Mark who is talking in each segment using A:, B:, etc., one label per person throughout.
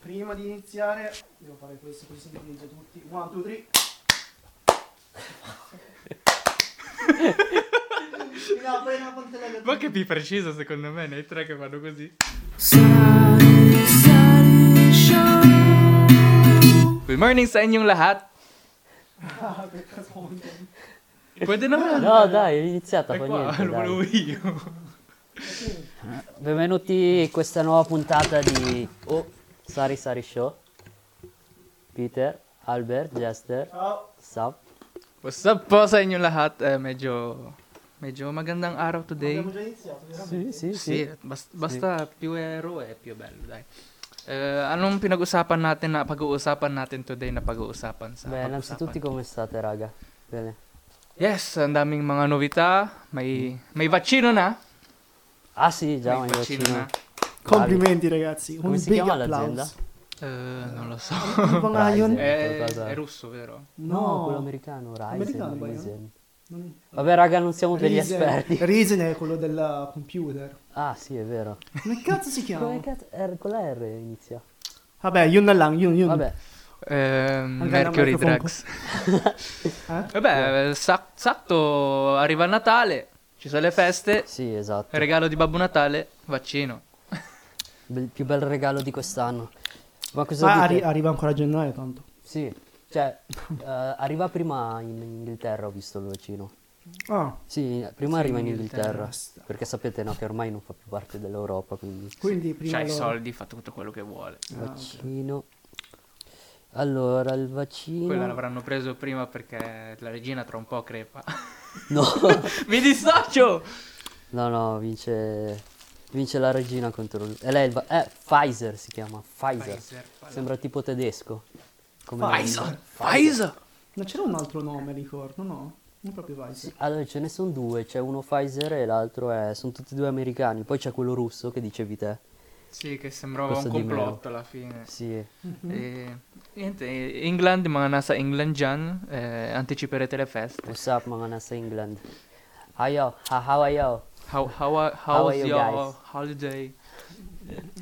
A: Prima di iniziare, devo fare questo così si utilizza tutti. 1, 2, 3. No, poi una puntata
B: Ma che più preciso secondo me nei tre che fanno così. Good morning sa inyong lahat.
A: Ah, per caso.
B: Pwede naman.
C: No, dai, è iniziata,
B: È
C: fa
B: qua,
C: niente.
B: lo volevo
C: Ah, dai.
B: io.
C: Benvenuti in questa nuova puntata di Oh, Sari Sari Show. Peter, Albert, Jester,
A: Ciao.
C: Sam.
B: What's up po sa inyong lahat? Eh, medyo, medyo magandang araw today.
A: Abbiamo già iniziato, veramente.
C: Sì, sì,
B: Sì,
C: sì.
B: bas- basta più ero è più bello, dai. Eh, anong pinag-usapan natin na pag-uusapan natin today na pag-uusapan sa
C: Beh,
B: pag-usapan?
C: innanzitutto come state, raga? Bene.
B: Yes, ang daming mga novità. May may vaccino na.
C: Ah sì, già,
B: may
C: mi vaccino.
A: Complimenti ragazzi,
C: Come
A: un
C: si
A: big
C: chiama
A: applauso.
B: Eh, non lo so.
A: Tipo Lion?
C: Ryzen.
B: È,
C: qualcosa.
B: è russo, vero?
C: No, quello
A: No,
C: americano, Ryzen.
A: Americano, poi, no?
C: Ryzen.
A: non-
C: Vabbè, raga, non siamo degli
A: Ryzen.
C: esperti.
A: Ryzen è quello del computer.
C: Ah, sì, è vero.
A: Come cazzo si chiama?
C: Come cazzo? R- con la R inizia.
A: Vabbè, Yun na lang, Yun Yun.
C: Vabbè,
B: Eh,
A: Ang
B: Mercury
A: ganda
B: Drugs.
A: Eh?
B: Vabbè, sac- sakto, arriva Natale, ci sono le feste,
C: sì, esatto.
B: regalo di Babbo Natale, vaccino.
C: Il più bel regalo di quest'anno. Ma cosa
A: Ma
C: dite?
A: Ah, arri- arriva ancora a gennaio tanto.
C: Sì, cioè, eh, arriva prima in Inghilterra, ho visto il vaccino.
A: Ah,
C: Sì, prima arriva in Inghilterra,
A: basta.
C: perché sapete no, che ormai non fa più parte dell'Europa, quindi
A: quindi prima
B: C'ha i
A: loro.
B: soldi, fa tutto quello che vuole.
C: vaccino. Allora, il vaccino...
B: Quella l'avranno preso prima perché la regina tra un po' crepa.
C: No,
B: Mi dissocio!
C: no, no, vince... vince la regina contro... E lei il va- eh, Pfizer si chiama, Pfizer.
B: Pfizer, Pfizer.
C: Sembra tipo tedesco. Come nome.
B: Pfizer! Pfizer!
A: Non c'era un altro nome, ricordo, no? Non proprio Vice.
C: Allora, ce ne sono due, c'è uno Pfizer e l'altro è... sono tutti e due americani, poi c'è quello russo che dicevi te.
B: Sì, che sembrava
C: Questo
B: un
C: di Meo.
B: complotto alla fine.
C: Sì.
B: E, Eh, niente, eh, England, mga nasa England dyan, eh, anticiperete le feste.
C: What's up mga nasa England? Ayo, ha- how are you?
B: How, how, are-
C: How
B: how's
C: are you
B: your
C: guys?
B: holiday?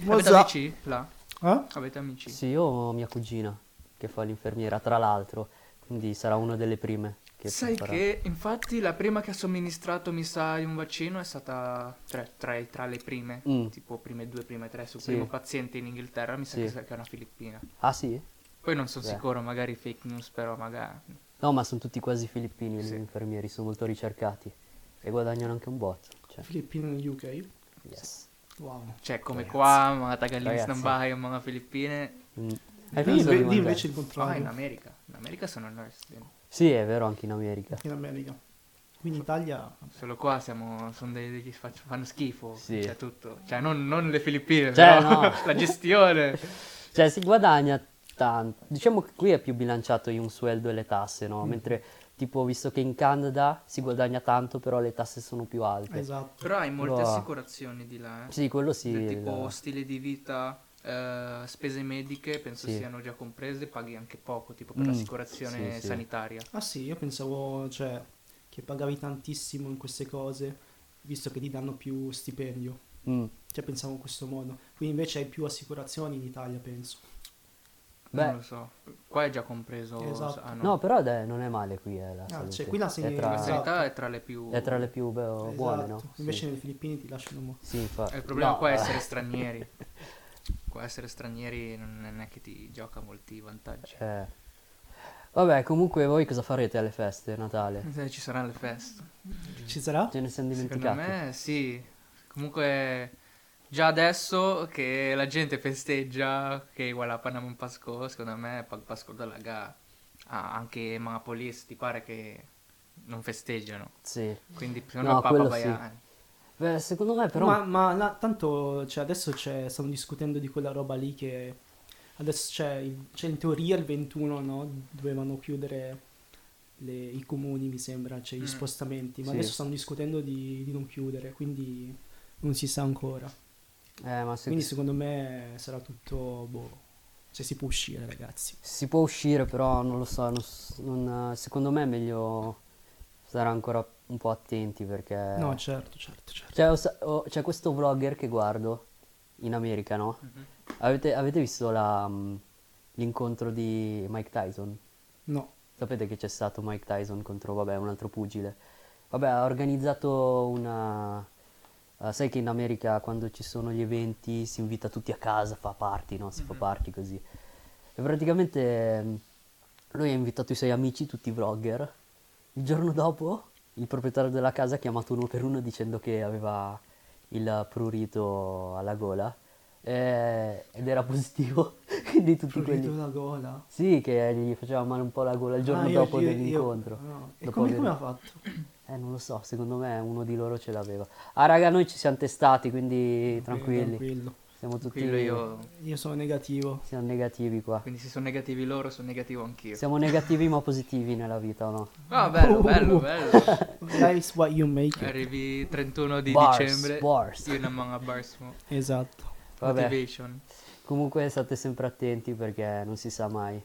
A: What's
B: Avete
A: up?
B: amici? Là?
A: Eh?
B: Avete amici?
C: Sì, io ho mia cugina che fa l'infermiera, tra l'altro, quindi sarà una delle prime che
B: Sai
C: farà.
B: che infatti la prima che ha somministrato mi sa di un vaccino è stata tra, tra, i- tra le prime,
C: Mm.
B: tipo prime due, prime tre, sul
C: Sì.
B: primo paziente in Inghilterra mi sa
C: Sì.
B: che sia- che è una filippina.
C: Ah sì?
B: Poi non sono
C: Beh.
B: sicuro, magari fake news, però magari...
C: No, ma sono tutti quasi filippini
B: Sì.
C: gli infermieri, sono molto ricercati e guadagnano anche un botto. Cioè,
A: Filippino in UK.
C: yes.
A: Wow.
B: Cioè, come qua, mga Tagalinis
C: Ragazzi.
B: ng bahay, ang mga Filippine.
C: Mm. Hai
A: Di,
C: visto
A: inve-
C: di
A: di
C: mangiare?
A: invece il
B: Ah,
A: contrario,
B: in America. In America sono nurse din.
C: Sì, è vero, anche in America.
A: in America. Quindi in Italia...
B: Solo qua siamo, sono dei, degli sfac- fanno schifo,
C: Sì.
B: c'è tutto. Cioè, non, non le Filippine,
C: Cioè,
B: però
C: no.
B: la gestione.
C: Cioè, si guadagna tanto. Diciamo che qui è più bilanciato in un sueldo e le tasse, no? Mentre, tipo, visto che in Canada si guadagna tanto, però le tasse sono più alte.
A: Esatto.
B: Però hai molte
C: Però-
B: assicurazioni di là, eh.
C: Boh. Sì, quello sì. Mm.
B: Del
C: il-
B: tipo stile di vita, eh, spese mediche, penso
C: Sì.
B: siano già comprese, paghi anche poco, tipo per
C: Mm,
B: l'assicurazione
C: sì, sì.
B: sanitaria.
A: Ah sì, io pensavo, cioè, che pagavi tantissimo in queste cose, visto che ti danno più stipendio.
C: Mm.
A: Cioè, pensavo in questo modo. Quindi invece hai più assicurazioni in Italia, penso.
C: Beh.
B: Non lo so, qua è già compreso.
A: Esatto.
B: ah, no.
C: No, però dai, non è male qui eh, la
A: Ah,
C: salute.
A: cioè, qui la
C: è,
A: si-
C: tra,
B: La
A: esatto.
B: sanità è tra le più...
C: è tra le più beh, buone, Oh, no?
A: Esatto. Invece
C: sì.
A: nei Filippini ti lasciano mo-
C: Sì, infa-
B: Eh, Il problema
C: no,
B: qua è
C: eh,
B: essere stranieri. qua essere stranieri non non è che ti gioca molti vantaggi.
C: cioè- Vabbè, comunque voi cosa farete alle feste, Natale?
B: Eh, Ci saranno le feste.
C: Mm.
A: Ci sarà?
C: Ce ne siamo
B: Secondo
C: dimenticati.
B: me sì. Comunque già adesso che la gente festeggia che wala pa naman Pasko, secondo me pag Pasko talaga ah, anche mga police ti pare che non festeggiano.
C: Sì.
B: Quindi
C: No,
B: sono
C: quello
B: papabayaan.
C: Beh, secondo me però...
A: Ma, ma la- tanto cioè, adesso c'è, stanno discutendo di quella roba lì che adesso c'è, il- c'è in teoria il 21, no? Dovevano chiudere le- i comuni, mi sembra, cioè gli
B: Mm.
A: spostamenti, ma
C: Sì.
A: adesso stanno discutendo di, di non chiudere, quindi non si sa ancora.
C: Eh, ma se-
A: Quindi secondo me sarà tutto, boh, se si può uscire ragazzi.
C: Si può uscire, però non lo so, non s- non- eh, secondo me è meglio stare ancora un po' attenti perché...
A: No, certo, certo, certo.
C: Cioè, ho sa- ho- c'è questo vlogger che guardo in America, no? Avete, avete visto la, mm, l'incontro di Mike Tyson?
A: No.
C: Sapete che c'è stato Mike Tyson contro, vabbè, un altro pugile. Vabbè, ha organizzato una... eh, sai che in America quando ci sono gli eventi si invita tutti a casa, fa party, no? Si fa party così. E praticamente mm, lui ha invitato i suoi amici, tutti vlogger. Il giorno dopo il proprietario della casa ha chiamato uno per uno dicendo che aveva il prurito alla gola eh, ed era positivo. Quindi tutti quelli...
A: Prurito la gola.
C: Sì, che gli faceva male un po' la gola il giorno
A: Ah, io-
C: dopo
A: io- io-
C: dell'incontro.
A: no. E
C: Dopo
A: come,
C: aver-
A: come ha fatto?
C: Eh, non lo so, secondo me uno di loro ce l'aveva. Ah, raga, noi ci siamo testati, quindi tranquilli.
A: Eh, Tranquillo.
C: Siamo tutti
B: Quello io.
A: Io sono negativo.
C: siamo negativi qua.
B: Quindi se sono negativi loro, sono negativo anch'io.
C: Siamo negativi ma positivi nella vita, o no?
B: Ah, bello, bello, bello.
C: Eh.
A: That is what you make it.
B: Arrivi 31 di
C: Bars,
B: dicembre.
C: bars.
B: Io non manga bars mo.
A: Esatto.
C: Vabbè.
B: Motivation.
C: Comunque state sempre attenti perché non si sa mai.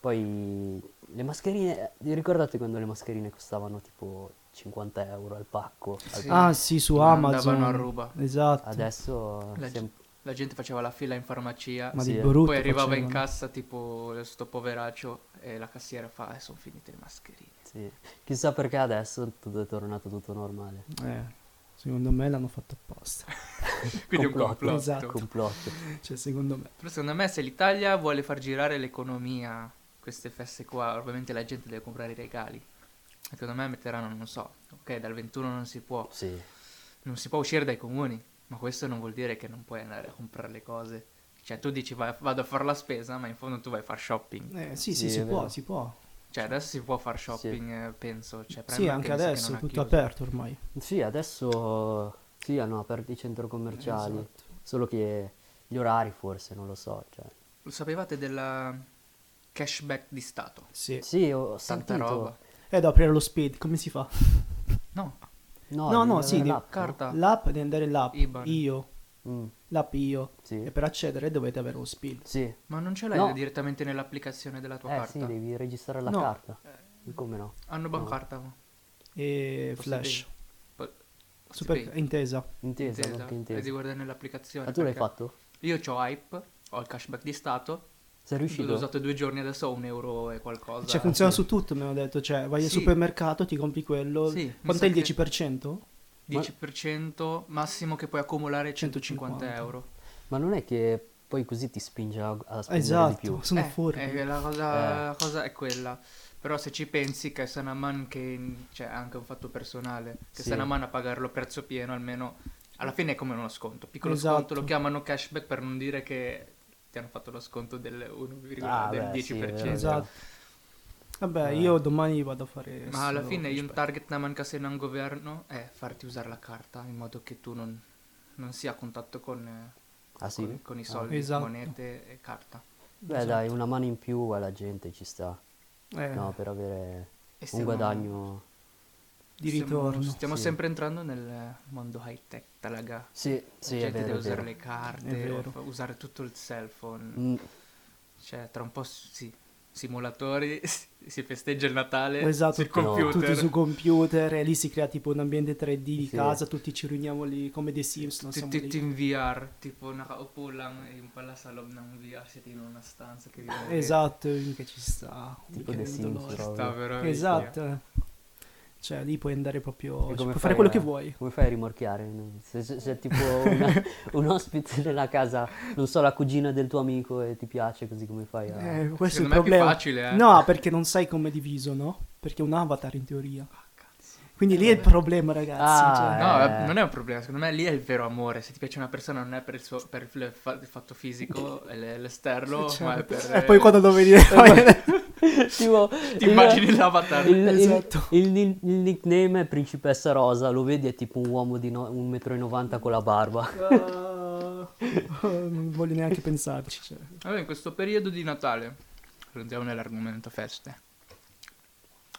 C: Poi le mascherine, vi ricordate quando le mascherine costavano tipo 50 euro al pacco? Al-
B: Sì.
A: Ah sì, su
B: Andavano
A: Amazon.
B: a ruba.
A: Esatto.
C: Adesso
B: La,
C: siamo-
B: la gente faceva la fila in farmacia.
A: Ma
C: Sì,
A: di
C: eh.
A: brutto
B: Poi arrivava in
A: facevano.
B: cassa tipo sto poveraccio e la cassiera fa eh, sono finite le mascherine.
C: sì. Chissà perché adesso tutto è tornato tutto normale.
A: Eh, secondo me l'hanno fatto apposta.
B: Quindi è un
C: Complotto.
B: complotto.
A: Esatto.
C: Complotto.
A: Cioè, secondo me.
B: Però secondo me se l'Italia vuole far girare l'economia, queste feste qua, ovviamente la gente deve comprare i regali. Secondo me metteranno, non so, ok, dal 21 non si può,
C: Sì.
B: non si può uscire dai comuni, ma questo non vuol dire che non puoi andare a comprare le cose. Cioè tu dici "Va- vado a fare la spesa, ma in fondo tu vai a far shopping.
A: Eh, sì,
C: Sì,
A: sì, si
C: è
A: può,
C: vero.
A: si può.
B: Cioè adesso si può far shopping, eh, penso. Cioè,
A: Sì,
B: Primark
A: anche
B: mi sa che
A: adesso
B: non
A: è
B: ha
A: tutto
B: chiuso.
A: aperto ormai.
C: Sì, adesso sì, hanno aperto i centri commerciali,
A: Esatto.
C: solo che gli orari forse, non lo so. Cioè.
B: Lo sapevate della cashback di Stato?
A: Sì.
C: Sì, ho
B: Tanta
C: sentito.
B: roba.
A: E da Eh, aprire lo speed, come si fa?
B: No,
C: No,
A: No,
C: di-
A: no, sì, di-
C: l'app.
B: carta.
A: L'app, devi andare l'app,
B: IBAN.
A: io,
C: Mm,
A: l'app io.
C: Sì.
A: E per accedere dovete avere lo speed.
C: sì.
B: Ma non ce l'hai
C: No.
B: direttamente nell'applicazione della tua
C: Eh
B: carta? Eh.
C: sì, devi registrare la
A: No.
C: carta. Come no?
B: Hanno bancarta. ma.
A: E
B: Posti Pay.
A: flash.
B: Po- Posti
A: Super
B: Pay.
A: intesa.
B: Intesa.
C: Intesa, anche
B: E devi
C: esatto, intesa.
B: guardare nell'applicazione.
C: Ma tu l'hai
B: perché
C: fatto?
B: Io ho Hype, ho il cashback di Stato.
C: Sei
B: L'ho
C: riuscito?
B: usato due giorni, adesso ho un euro e qualcosa.
A: Cioè funziona su tutto, mi hanno detto. Cioè, vai al
B: Sì.
A: supermercato, ti compri quello.
B: Sì, mi
A: Quanto
B: sa
A: è il
B: che-
A: 10%?
B: 10%, massimo che puoi accumulare 150,
A: 150.
B: euro.
C: Ma non è che poi così ti spinge a, a spendere di più?
A: Esatto, sono
B: Eh,
A: fuori.
B: eh, la, cosa,
C: Eh.
B: la cosa è quella. Però se ci pensi che Sanaman, che c'è anche un fatto personale, che
C: Sì.
B: Sanaman a pagarlo a prezzo pieno almeno, alla fine è come uno sconto. Piccolo
A: Esatto.
B: sconto, lo chiamano cashback per non dire che ti hanno fatto lo sconto del, 1,
C: Ah,
B: del
C: beh, sì, è
B: 10%.
C: vero, è vero.
A: Esatto. Vabbè, io domani vado a fare.
B: Ma alla
A: solo
B: fine il
A: flashback.
B: target na manca se non governo è farti usare la carta in modo che tu non, non sia a contatto con, eh,
C: Ah sì?
B: con, con i soldi,
A: Esatto.
B: monete e carta.
C: Beh dai,
B: Esatto.
C: una mano in più alla gente ci sta.
A: Eh,
C: No, per avere
B: E
C: un
B: stiamo-
C: guadagno...
A: di
B: stiamo-
A: ritorno.
B: Stiamo
C: Sì.
B: sempre entrando nel mondo high tech, talaga.
C: Sì, sì,
B: la gente
C: è vero,
B: deve
C: è
B: usare
C: vero.
B: le
A: È
B: carte,
A: vero.
B: fa- usare tutto il cell phone.
C: Mm,
B: Cioè, tra un po' sì, simulatori, si festeggia il Natale
A: Esatto,
B: sul
A: tutto-
B: computer.
A: tutti su computer e lì si crea tipo un ambiente 3D di
C: Sì.
A: casa, tutti ci riuniamo lì come dei Sims, non
B: Tutti
A: siamo
B: tutti
A: lì.
B: in VR, tipo nakaupo lang in pallasalo ng VR siete in una stanza che vi muovete.
A: Esatto, mica ci sta. Mica
C: Tipo The
A: ne
C: Sims,
A: dolore.
C: proprio.
B: Sta però
A: Esatto. Cioè, lì puoi andare proprio.
C: E
A: cioè,
C: come
A: puoi
C: fai
A: fare quello
C: a-
A: che vuoi.
C: Come fai a rimorchiare? Se se- se è tipo una- un ospite nella casa, non so, la cugina del tuo amico e ti piace così come fai a...
A: Eh, questo è
B: Secondo me è più
A: il problema.
B: facile, eh.
A: No, perché non sai come è diviso, no? Perché è un avatar in teoria.
B: Ah, Cazzo. Eh,
A: Quindi lì è il problema, ragazzi.
C: Ah,
A: cioè.
C: eh.
B: No, eh, non è un problema, secondo me lì è il vero amore. Se ti piace una persona non è per il, suo- per il fa- il fatto fisico, e l- l'esterno,
A: Cioè,
B: ma è per... eh,
A: E poi quando lo vedi
C: tipo,
B: Ti immagini l'avatar.
C: Il, il-
A: Esatto.
C: il- il- il nickname è Principessa Rosa, lo vedi è tipo un uomo di no- 1,90 m con la barba.
A: non voglio neanche pensarci. Cioè.
B: Allora, in questo periodo di Natale, andiamo nell'argomento feste.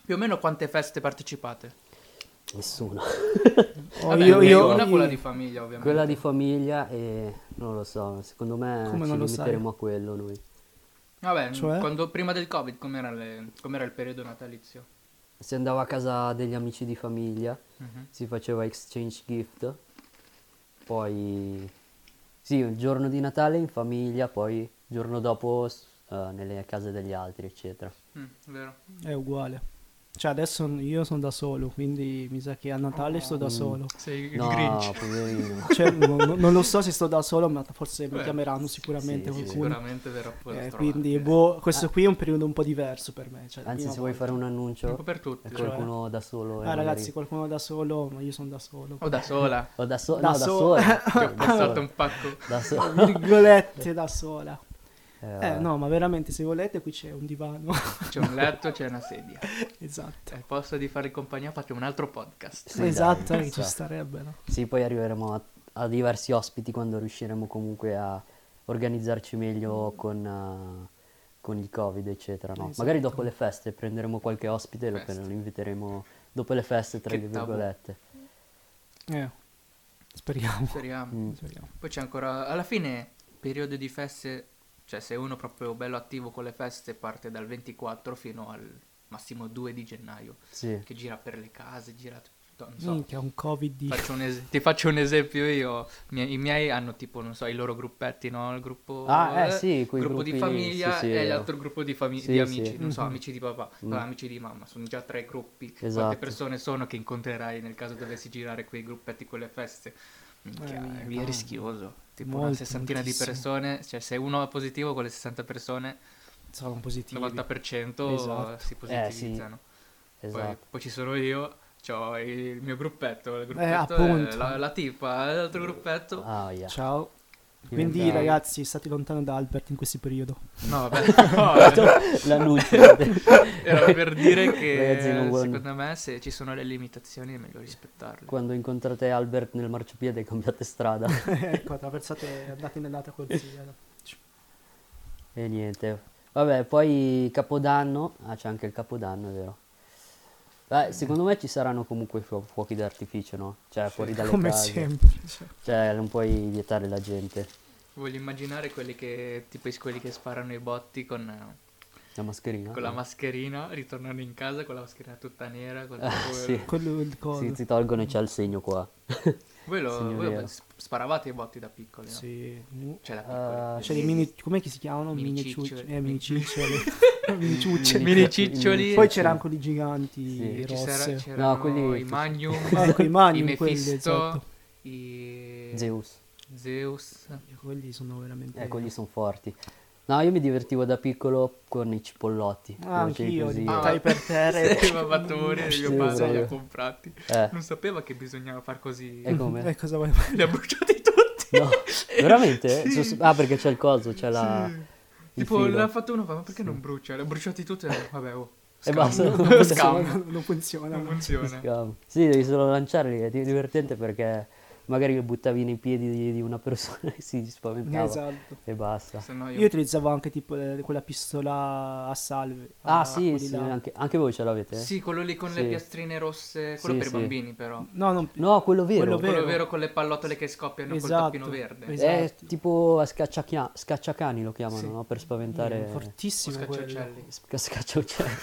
B: Più o meno quante feste partecipate?
C: Nessuno.
A: Oh,
B: Vabbè,
A: io,
B: ok,
A: io,
B: una
A: io-
B: quella di famiglia, ovviamente.
C: Quella di famiglia e non lo so, secondo me
A: Come
C: ci
A: non lo sai?
C: limiteremo a quello noi.
B: Vabbè,
A: Cioè?
B: quando- prima del Covid, com'era, le- com'era il periodo natalizio?
C: Si andava a casa degli amici di famiglia,
B: Mhm.
C: si faceva exchange gift, poi Sì, il giorno di Natale in famiglia, poi il giorno dopo s- eh, nelle case degli altri, eccetera.
B: Mm, vero.
A: È uguale. Cioè adesso io sono da solo, quindi mi sa che a Natale sto
C: Mm.
A: da solo.
B: Sei il
C: No,
B: Grinch.
C: poverino.
A: Cioè, no- no- non lo so se sto da solo, ma forse mi
B: Beh,
A: chiameranno sicuramente
C: sì, sì,
A: qualcuno.
B: Sicuramente verrò poi
A: Eh,
B: a trovare.
A: quindi, boh, questo qui è un periodo un po' diverso per me. Cioè, la
C: Ah. Anzi,
A: prima
C: se vuoi
A: volta.
C: fare un
B: Un
C: annuncio
B: po' per
C: e
B: tutti. cioè.
C: qualcuno da solo e
A: Ah,
C: magari-
A: ragazzi, qualcuno da solo, ma io sono da solo.
B: O da sola.
C: o da solo,
A: da
C: no, da
A: solo.
C: solo.
B: Ti ho passato un pacco.
C: Da solo.
A: Virgolette da sola. Eh,
C: Eh,
A: no, ma veramente, se volete, qui c'è un divano.
B: C'è un letto, c'è una sedia.
A: esatto.
B: Al posto di fare compagnia fate un altro podcast.
C: Sì, dai,
A: esatto,
C: ci
A: eh, ci
C: sta.
A: starebbe, no?
C: Sì, poi arriveremo a, a diversi ospiti quando riusciremo comunque a organizzarci meglio con, eh, con il Covid, eccetera. no?
A: Esatto.
C: Magari dopo le feste prenderemo qualche ospite e lo,
B: Feste.
C: lo inviteremo dopo le feste, tra
B: Che
C: le
B: tabù.
C: virgolette.
A: Eh, speriamo.
B: Speriamo.
C: Mm.
A: speriamo.
B: Poi c'è ancora... Alla fine, periodo di feste... Cioè, se uno proprio bello attivo con le feste parte dal 24 fino al massimo 2 di gennaio.
C: Sì.
B: Che gira per le case, gira... tutto, Non so.
A: Minchia, un covid di...
B: Faccio un es- ti faccio un esempio io, Mi- i miei hanno tipo, non so, i loro gruppetti, no? Il gruppo,
C: Ah, eh, sì, quei
B: gruppo di
C: gruppi-
B: famiglia
C: sì, sì.
B: e l'altro gruppo di, fami-
C: Sì,
B: di amici,
C: sì.
B: non so,
A: Mhm.
B: amici di papà,
C: Mm.
B: amici di mamma, sono già tre gruppi,
C: Esatto.
B: quante persone sono che incontrerai nel caso dovessi girare quei gruppetti con le feste? Minchia,
A: Eh,
B: è rischioso, tipo una
A: Molto,
B: sessantina
A: moltissimo.
B: di persone, cioè se uno è positivo con le 60 persone,
A: Sono
B: il
A: positivi.
B: 90%
C: Eh,
A: Esatto.
B: si positivizzano. Poi,
C: Esatto. Eh,
B: poi ci sono io, c'ho il mio gruppetto, il gruppetto è
A: appunto.
B: la, la tipa, l'altro gruppetto.
C: Ah, yeah.
A: Ciao. Quindi,
C: Diventavo-
A: ragazzi, state lontano da Albert in questo periodo.
B: No, vabbè, no,
C: L'annuncio.
B: era per dire che
C: Ragazzi, non vuole-
B: secondo me se ci sono le limitazioni è meglio rispettarle.
C: Quando incontrate Albert nel marciapiede cambiate strada.
A: ecco, attraversate, andate nell'altra corsia. no?
C: E niente. Vabbè, poi Capodanno. Ah, c'è anche il Capodanno, è vero. Beh, secondo me ci saranno comunque fu- fuochi d'artificio, no? Cioè, fuori dalle
A: Come
C: case.
A: sempre. cioè.
C: Cioè, non puoi vietare la gente.
B: Voglio immaginare quelli che, tipo i- quelli che sparano i botti con, eh,
C: La mascherina.
B: con la mascherina, ritornano in casa con la mascherina tutta nera. Con tutto quello.
C: Ah, Sì.
A: Quello è il coso.
C: Sì, ti tolgono e c'è il segno qua.
B: Voi, lo- voi
C: Signoria.
B: sp- sparavate i botti da piccoli, no?
A: Sì.
B: Cioè da piccoli.
C: Ah,
A: C'è dei mini... Com'è che si chiamano?
B: Mini
A: Mini
B: ciccioli.
A: ciuccioli. Eh, mini ciccioli. mini ciuccioli.
B: Mini ciccioli.
A: Poi c'erano quelli giganti
C: Sì.
B: Ci sarà-
A: rossi.
B: Cioè, c'erano
C: No, quelli- Ah,
B: i Magnum,
A: Ecco, i Magnum,
B: i
A: quelli,
B: Mephisto,
A: esatto.
B: i
C: Zeus.
B: Zeus.
A: Quelli sono veramente...
C: Eh, quelli sono forti. No, io mi divertivo da piccolo con i cipollotti.
A: Ah,
C: facevi
A: anch'io,
C: così.
A: li
B: Ah,
A: buttai per terra e-
B: Sì, mi ha fatto morire mio
C: Sì,
B: padre,
C: proprio.
B: li ha comprati.
C: Eh, Ecco.
B: Non sapeva che bisognava far così.
C: e come?
A: Eh, cosa vuoi fare?
B: Li ha bruciati tutti.
C: No, veramente?
B: Sì.
C: So- Ah, perché c'è il coso, c'è la...
B: Sì.
C: il
B: Tipo,
C: filo.
B: l'ha fatto uno, fa, ma perché non brucia? Li ha bruciati tutti. e- Vabbè, oh.
C: E
B: scam.
C: basta.
B: Scam.
A: Non- Non funziona.
B: Non
A: no.
B: funziona.
C: Scavo. Sì, devi solo lanciarli, è di- divertente perché magari lo buttavi nei piedi di, di una persona e si spaventava
A: Esatto.
C: e basta.
B: Se no
A: Io
B: io...
A: utilizzavo anche tipo le- quella pistola a salve.
C: Ah,
A: a-
C: sì,
A: quelli
C: sì,
A: là.
C: anche, anche voi ce
A: Eh.
C: l'avete?
B: Sì, quello lì con le
C: Sì.
B: piastrine rosse. Quello
C: Sì,
B: per
C: sì.
B: i bambini, però.
A: No, non...
C: No, quello vero.
A: Quello vero.
B: Quello vero con le pallotole che scoppiano
A: Esatto.
B: col tappino verde.
A: Esatto.
C: È tipo a scacciachia- scacciacani lo chiamano,
B: Sì.
C: no? Per
A: Mm,
C: spaventare...
B: O
A: fortissimo quello.
B: scacciacelli.
C: Sca- Scacciauccelli.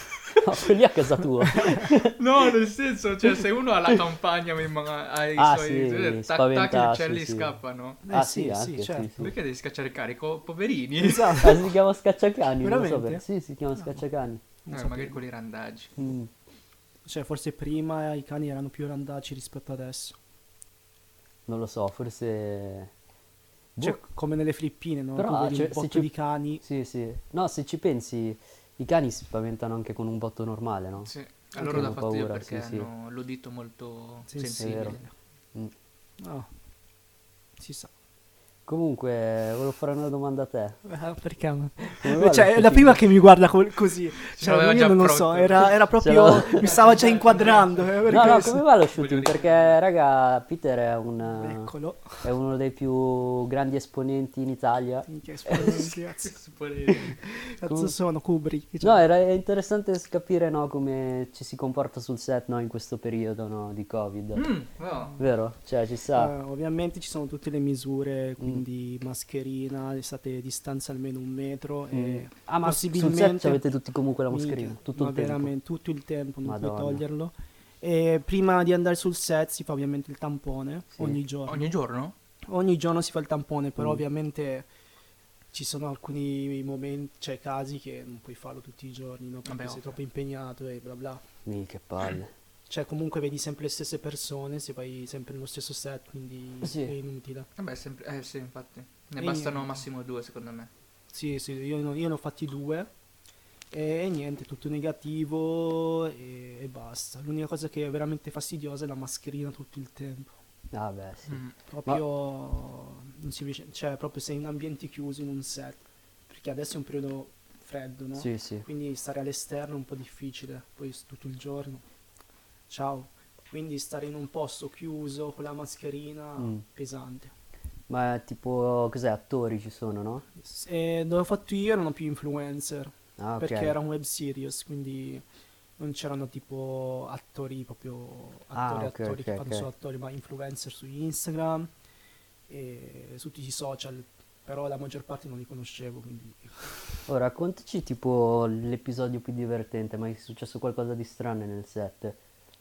C: no, quelli a casa tua.
A: Eh,
B: No, nel senso, cioè, se uno ha la campagna ma ma ha i
C: Ah,
B: suoi
C: sì,
B: eh, tac tac,
C: spaventa,
B: gli
C: sì,
B: uccelli
C: sì.
B: scappano.
A: Eh,
C: ah,
A: sì,
C: sì,
A: sì,
C: anche, sì,
A: certo.
C: sì.
B: Perché devi schiacciare carico? Poverini.
A: Esatto.
C: Ah, si chiama scacciacani, non lo so
A: Veramente?
C: perché. Sì, si chiama scacciacani.
A: Non
B: Eh,
A: sapevo.
B: magari con i randaggi.
C: Mm.
A: Cioè, forse prima i cani erano più randaci rispetto adesso.
C: Non lo so, forse...
A: Cioè,
C: Boh.
A: come nelle Filippine, no?
C: Però,
A: tu vedi
C: cioè,
A: un
C: se
A: botto
C: ci-
A: di cani.
C: Sì, sì. No, se ci pensi, i cani si spaventano anche con un botto normale, no?
B: Sì. A loro dà
C: hanno
B: fastidio
C: paura,
B: perché
C: sì, sì.
B: hanno l'udito molto
A: Sì, sì,
B: sensibile.
C: È vero. Mm.
A: No. Si sa.
C: Comunque, volevo fare una domanda a te.
A: Eh, Perché?
C: guarda
A: Cioè, è la
C: così.
A: prima che mi guarda col- così.
B: l'aveva
A: Cioè,
B: già
A: io non lo so,
B: pronto.
A: era, era proprio. Mi stava già inquadrando. eh, perché-
C: No, no, come va lo shooting?
B: dire-
C: Perché, raga, Peter è un...
A: Eccolo.
C: È uno dei più grandi esponenti in Italia.
A: Minchia, esponenti, cazzo.
B: Si può dire.
A: Cazzo sono Kubrick.
C: No,
A: cioè.
C: era è interessante s- capire no, come ci si comporta sul set no, in questo periodo no, di Covid.
B: Mm, no.
C: Vero? Cioè, ci sta.
A: Eh, ovviamente ci sono tutte le misure,
C: Mm.
A: quindi mascherina, state distanza almeno un metro e
C: Ah, ma sul
A: possibilmente
C: set avete tutti comunque la
A: Minchia,
C: mascherina. Tutto
A: ma
C: il tempo.
A: veramente tutto il tempo, non
C: Madonna.
A: puoi toglierlo. E prima di andare sul set si fa ovviamente il tampone
C: Sì. Mm.
A: ogni giorno.
B: Ogni giorno?
A: ogni giorno si fa il tampone, però ovviamente ci sono alcuni momenti, cioè casi che non puoi farlo tutti i giorni, no? Perché
B: Vabbè,
A: sei
B: ovvio.
A: troppo impegnato e bla bla.
C: Mì, che palle.
A: Cioè comunque vedi sempre le stesse persone, se fai sempre nello stesso set, quindi
C: Sì.
A: è inutile.
B: Vabbè, sempre... eh sì, infatti. Ne
A: E
B: bastano
A: niente.
B: massimo due, secondo me.
A: Sì, sì, io, ne- io ne ho fatti due e, e niente, tutto negativo e, e basta. L'unica cosa che è veramente fastidiosa è la mascherina tutto il tempo.
C: Ah, beh, sì.
B: Mm.
A: Proprio, non si riesce- cioè, proprio sei in ambienti chiusi, in un set, perché adesso è un periodo freddo, no?
C: Sì, sì.
A: Quindi stare all'esterno è un po' difficile, poi s- tutto il giorno. Ciao. Quindi stare in un posto chiuso con la mascherina,
C: Mm.
A: pesante.
C: Ma eh, tipo, cos'è? Attori ci sono, no?
A: S- E dove ho fatto io erano più influencer.
C: Ah, ok.
A: perché era un web series, quindi non c'erano tipo attori proprio attori,
C: Ah, ok,
A: attori che
C: ok,
A: fanno
C: ok.
A: solo attori, ma influencer su Instagram e su tutti i social, però la maggior parte non li conoscevo, quindi
C: Ora, Oh, raccontaci tipo l'episodio più divertente, ma è successo qualcosa di strano nel set?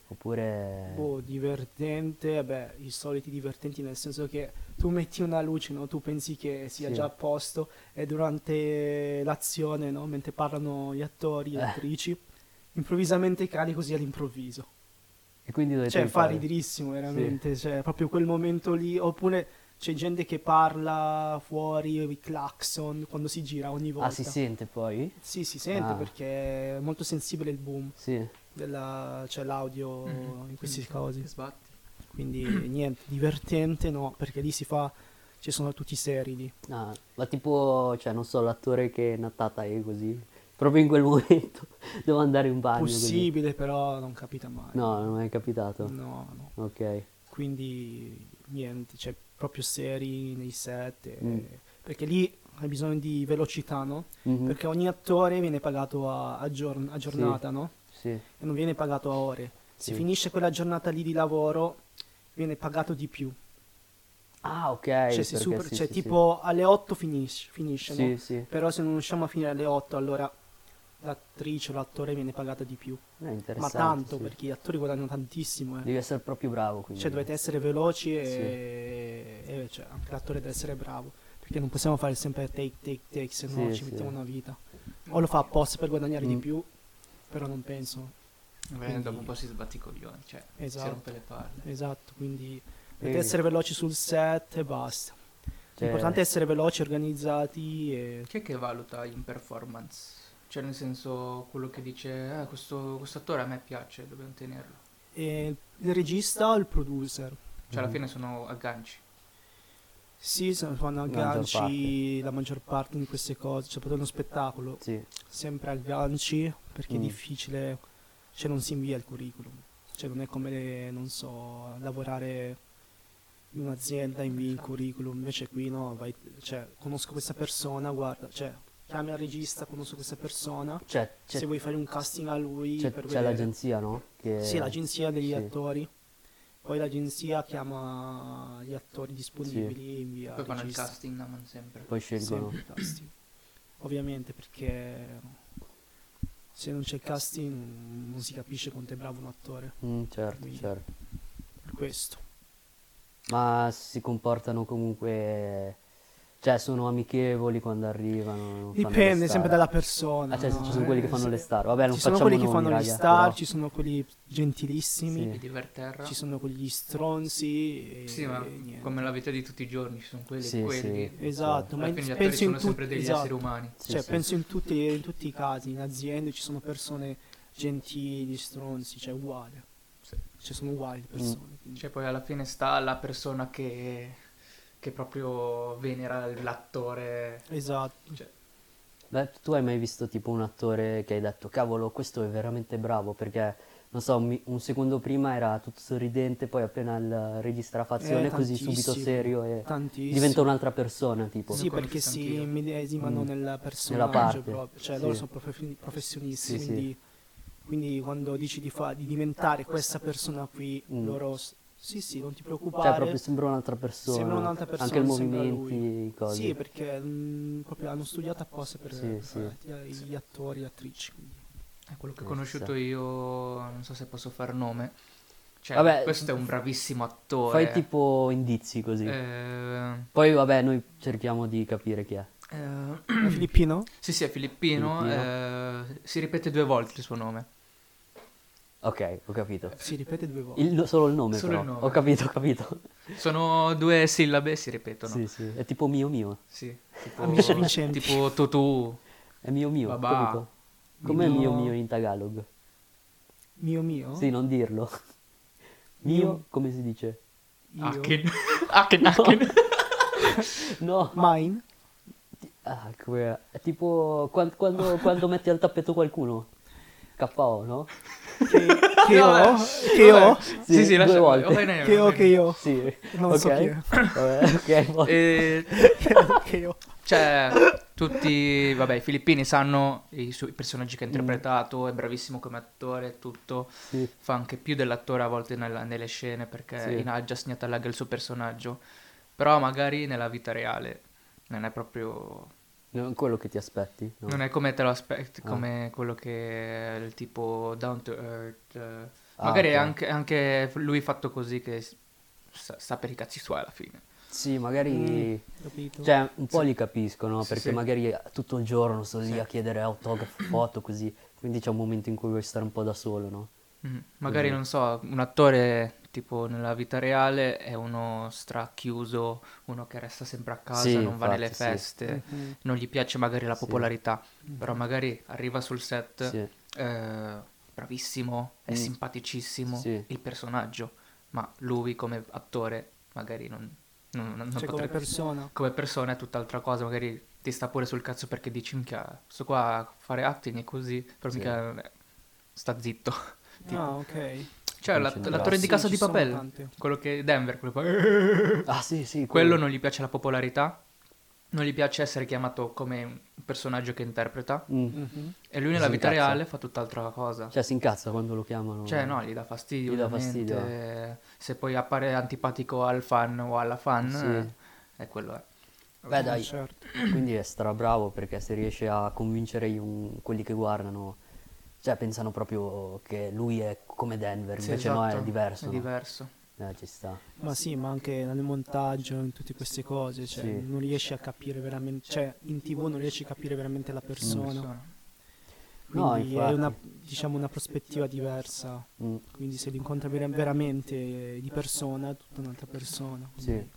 C: Oppure...
A: boh, divertente, beh, i soliti divertenti nel senso che tu metti una luce, no? Tu pensi che sia
C: Sì.
A: già a posto e durante l'azione, no? Mentre parlano gli attori e le
C: Eh.
A: attrici, improvvisamente cade così all'improvviso.
C: E quindi dovete
A: Cioè, fa
C: imparare.
A: ridirissimo veramente, cioè, proprio quel momento lì, oppure c'è gente che parla fuori, i clacson, quando si gira ogni volta.
C: Ah, si sente poi?
A: Sì, si sente
C: Ah.
A: perché è molto sensibile il boom,
C: Sì.
A: della, cioè l'audio
B: Mm.
A: in questi
B: Quindi,
A: casi.
B: che Sbatti.
A: Quindi niente, divertente no, perché lì si fa, ci sono tutti seri lì.
C: Ah, ma tipo, cioè, non so, l'attore che è natata è così. Proprio in quel momento devo andare in bagno così.
A: Possibile però non capita mai.
C: Ah, No, certo. non è capitato.
A: No, no.
C: Ok.
A: quindi niente, cioè proprio seri nei set, e-
C: Mm.
A: perché lì hai bisogno di velocità, no?
C: Mhm.
A: Perché ogni attore viene pagato a, a giorn- a giornata, no?
C: Sì.
A: E non viene pagato a ore. Se
C: Sì.
A: finisce quella giornata lì di lavoro, viene pagato di più.
C: Ah, ok.
A: cioè, se
C: perché
A: super-
C: sì,
A: cioè,
C: sì, sì.
A: tipo alle 8 finisce, finisce no?
C: Sì, sì.
A: Però se non riusciamo a finire alle 8, allora l'attrice o l'attore viene pagata di più.
C: Eh,
A: Ma
C: interessante,
A: tanto,
C: sì.
A: perché gli attori guadagnano tantissimo, eh.
C: Devi essere proprio bravo, quindi.
A: Cioè dovete essere veloci e, e, cioè, anche l'attore deve essere bravo. Perché non possiamo fare sempre take, take, take, se no
C: Sì,
A: ci
C: sì.
A: mettiamo una vita. O lo fa apposta per guadagnare di
C: Mm.
A: più, però non penso.
B: Beh,
A: Quindi-
B: Eh, dopo un po' si sbatti i coglioni, cioè, si
A: Esatto.
B: rompe le palle.
A: Esatto, quindi dovete
C: Quindi-
A: essere veloci sul set e basta.
C: Eh. Cioè,
A: L'importante è essere veloci, organizzati e...
B: Chi è che valuta in performance? Cioè, nel senso, quello che dice, ah, questo, questo attore a me piace, dobbiamo tenerlo.
A: e il regista o il producer.
B: Cioè, alla
C: Mm.
B: fine sono agganci.
A: Sì, se fanno
C: maggior
A: agganci la maggior parte di queste cose, soprattutto nello spettacolo,
C: Sì.
A: sempre agganci perché è
C: Mm.
A: difficile, cioè non si invia il curriculum, cioè non è come, non so, lavorare in un'azienda, invii il curriculum, invece qui no, vai, cioè conosco questa persona, guarda, cioè chiami il regista, conosco questa persona,
C: Cioè, c'è,
A: se vuoi fare un casting a lui
C: c'è-
A: per
C: Certo, c'è
A: vedere.
C: l'agenzia, no? Che...
A: Sì, l'agenzia degli
C: sì.
A: attori. Poi l'agenzia chiama gli attori disponibili e invia
B: Poi fanno il
A: regista.
B: casting, amano sempre.
C: Poi scelgono.
A: Sempre il casting. Ovviamente perché se non c'è il casting non si capisce quanto è bravo un attore.
C: Mm, certo,
A: Quindi-
C: certo.
A: Per questo.
C: Ma si comportano comunque... Cioè, sono amichevoli quando arrivano. non fanno le
A: Dipende sempre
C: star.
A: dalla persona.
C: Ah, cioè, ci sono
A: eh,
C: quelli che fanno
A: sì.
C: le star. Vabbè, non
A: Ci sono
C: facciamo
A: quelli che
C: nomi,
A: fanno gli
C: raga,
A: star,
C: però-
A: ci sono quelli gentilissimi,
B: Quelli di Verterra.
A: ci sono quegli stronzi. E,
B: Sì, ma
A: e niente.
B: come la vita di tutti i giorni, ci sono quelli e
C: Sì,
B: quelli.
C: sì.
A: Esatto,
B: Alla
A: ma in-
B: fine gli attori
A: penso in
B: sono sempre
A: tutti-
B: degli
A: esatto.
B: esseri umani.
C: Sì,
A: cioè,
C: sì.
A: penso in tutti, in tutti i casi, in aziende ci sono persone gentili, stronzi, cioè uguale.
B: Sì.
A: Ci sono uguali
C: Mm.
A: le persone. quindi-
B: Cioè, poi alla fine sta la persona che, che proprio venera l'attore.
A: Esatto.
B: Cioè,
C: Beh, tu hai mai visto tipo un attore che hai detto, cavolo, questo è veramente bravo, perché, non so, mi- un secondo prima era tutto sorridente, poi appena il registra fazione,
A: Eh,
C: così subito
A: tantissimo,
C: serio e
A: Tantissimo.
C: diventa un'altra persona, tipo.
A: Sì,
B: Lo conosco
A: perché si
B: anch'io.
A: immedesimano
C: Mm.
A: nel
C: parte.
A: personaggio proprio. Cioè, loro
C: Sì.
A: sono profe- professionisti,
C: Sì, sì.
A: quindi, quindi quando dici di, fa- di diventare questa persona qui,
C: Mm.
A: loro... s- Sì, sì, non ti preoccupare.
C: Cioè, proprio sembra un'altra persona.
A: Sembra un'altra persona,
C: Anche i
A: sembra
C: movimenti, cose.
A: Sì, perché mm, proprio hanno studiato apposta per,
C: Sì,
A: per
C: sì.
A: fare gli- gli attori e le attrici. quindi.
B: è quello che ho
C: Eh,
B: conosciuto
C: sì.
B: io, non so se posso far nome. Cioè,
C: Vabbè,
B: questo è un bravissimo attore.
C: Fai tipo indizi così.
B: Eh,
C: Poi vabbè, noi cerchiamo di capire chi è.
B: eh,
A: È Filippino?
B: sì, sì, è filippino. eh, si ripete due volte il suo nome.
C: Ok, ho capito.
A: Si ripete due volte.
C: Il- lo- solo il nome
B: Solo
C: però.
B: il nome.
C: Ho capito, ho capito.
B: Sono due sillabe e si ripetono.
C: Sì, sì. È tipo mio mio.
B: Sì, tipo,
A: Amici vincenti.
B: tipo Totù.
C: È mio mio, ho
B: Babà.
C: capito. Com'è
A: Mio-
C: mio mio in Tagalog?
A: Mio mio?
C: Sì, non dirlo. Mio, come si dice?
A: Io?
B: Akin. Akin, Akin.
C: No,
A: Mine?
C: ah, come- è tipo quan- quando, quando metti al tappeto qualcuno. KO, no?
A: Che, che ho? Che
B: Vabbè.
A: ho?
B: Sì, sì,
C: Sì, due
B: lascia
C: volte.
B: va bene,
A: Che
B: va
A: ho?
B: bene.
A: Che io?
C: Sì.
A: Non so
C: ok.
A: chi è.
C: Vabbè, ok, poi-
B: Eh,
A: Che ho?
B: cioè, tutti, vabbè, i filippini sanno i, suoi personaggi che
A: Mm.
B: ha interpretato, è bravissimo come attore e tutto.
C: sì.
B: Fa anche più dell'attore a volte nella- nelle scene perché
C: Sì.
B: in Aggia Snattalag il suo personaggio. Però magari nella vita reale non è proprio...
C: Non quello che ti aspetti. no?
B: Non è come te lo aspetti,
C: Ah.
B: come quello che è il tipo down to earth. eh.
C: Ah,
B: Magari è
C: ok.
B: anche, anche lui fatto così che s- sa, sa per i cazzi suoi alla fine.
C: Sì, magari...
A: Mm, Capito?
C: Cioè, un po' li capisco, no?
B: Mm. Sì,
C: Perché
B: sì.
C: magari tutto il giorno sto lì
B: Sì.
C: a chiedere autografo, foto, così. Quindi c'è un momento in cui vuoi stare un po' da solo, no?
B: Mm, Magari
C: Mhm.
B: non so, un attore tipo nella vita reale è uno stracchiuso, uno che resta sempre a casa,
C: Sì,
B: non va nelle
C: infatti, sì.
B: feste,
A: Mhm.
B: non gli piace magari la popolarità,
A: Mm-hmm.
B: però magari arriva sul set,
C: Sì.
B: eh, bravissimo, è
C: Mm.
B: simpaticissimo
C: Sì.
B: il personaggio, ma lui come attore magari non, non- non
A: Cioè, come
B: potrebbe...
A: persona.
B: come persona è tutt'altra cosa, magari ti sta pure sul cazzo perché dici, minchia, sto qua a fare acting e così, però
C: Sì.
B: mica sta zitto.
A: Ah, ok.
B: Cioè,
C: Non
B: la-
C: c'è nulla.
B: l'attore di
A: Sì,
B: Casa
A: ci
B: di
A: sono
B: Papel,
A: tante.
B: quello che Denver, quello, fa-
C: Ah, sì, sì.
B: quello non gli piace la popolarità, non gli piace essere chiamato come un personaggio che interpreta,
C: Mm.
A: Mhm.
B: e lui nella
C: Si
B: vita
C: incazza.
B: reale fa tutt'altra cosa.
C: Cioè, si incazza quando lo chiamano.
B: Cioè, no, gli dà fastidio,
C: Gli dà
B: ovviamente. Se poi appare antipatico al fan o alla fan,
C: Sì.
B: eh, è quello, eh.
C: Beh,
A: Eh,
C: dai.
A: Certo.
C: Quindi è strabravo perché se riesce a convincere gli- un- quelli che guardano, cioè, pensano proprio che lui è come Denver,
B: Sì,
C: invece no,
B: esatto,
C: è diverso.
B: È
C: no?
B: diverso.
C: Eh, ci sta.
A: Ma sì, ma anche nel montaggio, in tutte queste cose, cioè,
C: Sì.
A: non riesci a capire veramente, cioè, in tv non riesci a capire veramente la persona.
B: Persona.
C: No,
A: Quindi è
C: infatti.
A: una, diciamo, una prospettiva diversa.
C: Mm.
A: Quindi se li incontri vera- veramente di persona, è tutta un'altra persona.
C: Sì.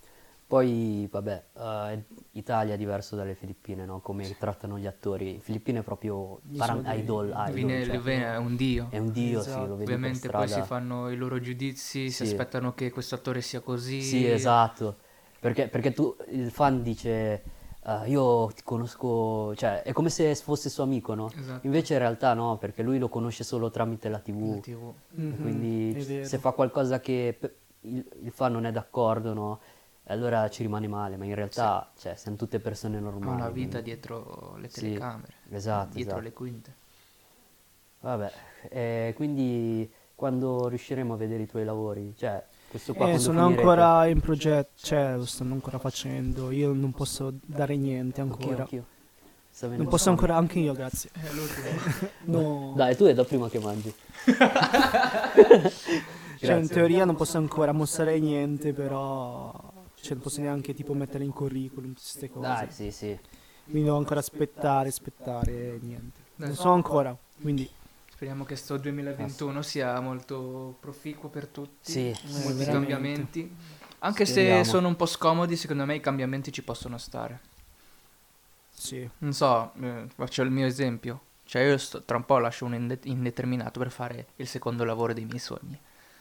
C: Poi, vabbè, eh, Italia è diverso dalle Filippine, no? Come trattano gli attori. Filippine è proprio
A: Gli
C: paran-
A: soldi-
C: idol, idol,
B: Viene-
C: cioè,
B: viene- è un dio.
C: è un dio, sì,
A: Esatto.
C: lo vedi per
B: Ovviamente poi si
C: strada.
B: fanno i loro giudizi, si
C: Sì.
B: aspettano che questo attore sia così.
C: Sì, esatto. Perché, perché tu, il fan dice, "Ah, io ti conosco, cioè, è come se fosse suo amico, no?
B: Esatto.
C: Invece in realtà no, perché lui lo conosce solo tramite la TV.
B: La mm-hmm, TV.
A: Mhm, è
C: Quindi
A: vero.
C: se fa qualcosa che pe- il, il fan non è d'accordo, no? Allora ci rimane male, ma in realtà, cioè, siamo tutte persone
B: Ha
C: normali.
B: una vita
C: quindi-
B: dietro le
C: Sì,
B: telecamere,
C: esatto,
B: dietro
C: esatto.
B: le quinte.
C: Vabbè, eh, quindi quando riusciremo a vedere i tuoi lavori? Cioè, questo qua
A: Eh,
C: quando
A: sono
C: finirete?
A: ancora in progetto, cioè lo stanno ancora facendo, io non posso dare niente
C: Anch'io,
A: ancora.
C: anch'io. Sta venendo
A: Non posso
C: fame.
A: ancora, anche io, grazie. No,
C: Dai, tu è da prima che mangi.
A: cioè in
C: grazie.
A: teoria non posso ancora mostrare niente, però cioè, non posso neanche tipo mettere in curriculum queste cose.
C: Dai, sì, sì.
A: Quindi devo ancora aspettare, aspettare, niente.
B: Dai.
A: Non so ancora, quindi
B: Speriamo che sto 2021 sia molto proficuo per tutti,
C: Sì,
B: molti
A: sì, veramente.
B: cambiamenti. Anche
C: Speriamo.
B: se sono un po' scomodi, secondo me i cambiamenti ci possono stare.
A: sì.
B: Non so, eh, faccio il mio esempio. Cioè io sto- tra un po' lascio un inde- indeterminato per fare il secondo lavoro dei miei sogni,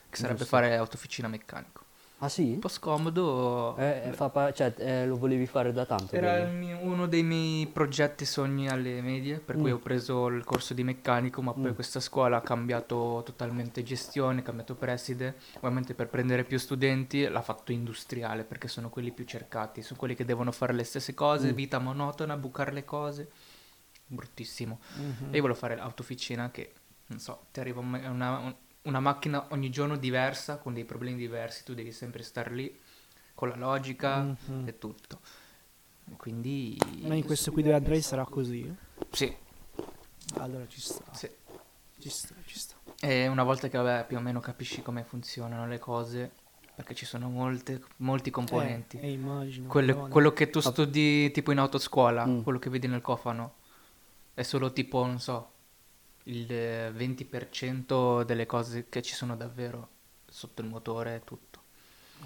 B: che sarebbe
C: Giusto.
B: fare autoficina meccanico.
C: Ah
B: Un
C: sì?
B: po' scomodo,
C: Eh, eh, fa pa- cioè, eh, lo volevi fare da tanto?
B: Era il
C: quindi.
B: mio- uno dei miei progetti e sogni alle medie, per cui
C: Mm.
B: ho preso il corso di meccanico, ma poi
C: Mm.
B: questa scuola ha cambiato totalmente gestione, ha cambiato preside, ovviamente per prendere più studenti l'ha fatto industriale, perché sono quelli più cercati, sono quelli che devono fare le stesse cose,
C: Mm.
B: vita monotona, bucare le cose, bruttissimo. E io volevo fare l'autoficina che, non so, ti arriva un- una, un- una macchina ogni giorno diversa, con dei problemi diversi, tu devi sempre star lì, con la logica
A: Mhm.
B: e tutto. Quindi...
A: Ma in questo qui dove andrei sarà così.
B: Sì,
A: Allora ci sta,
B: sì.
A: ci sta, ci sta.
B: E una volta che vabbè, più o meno capisci come funzionano le cose, perché ci sono molte, molti componenti.
A: Eh, eh, immagino.
B: Quelle-
A: madonna.
B: quello che tu studi tipo in autoscuola,
C: Mm.
B: quello che vedi nel cofano, è solo tipo, non so, il eh, 20% delle cose che ci sono davvero sotto il motore e tutto.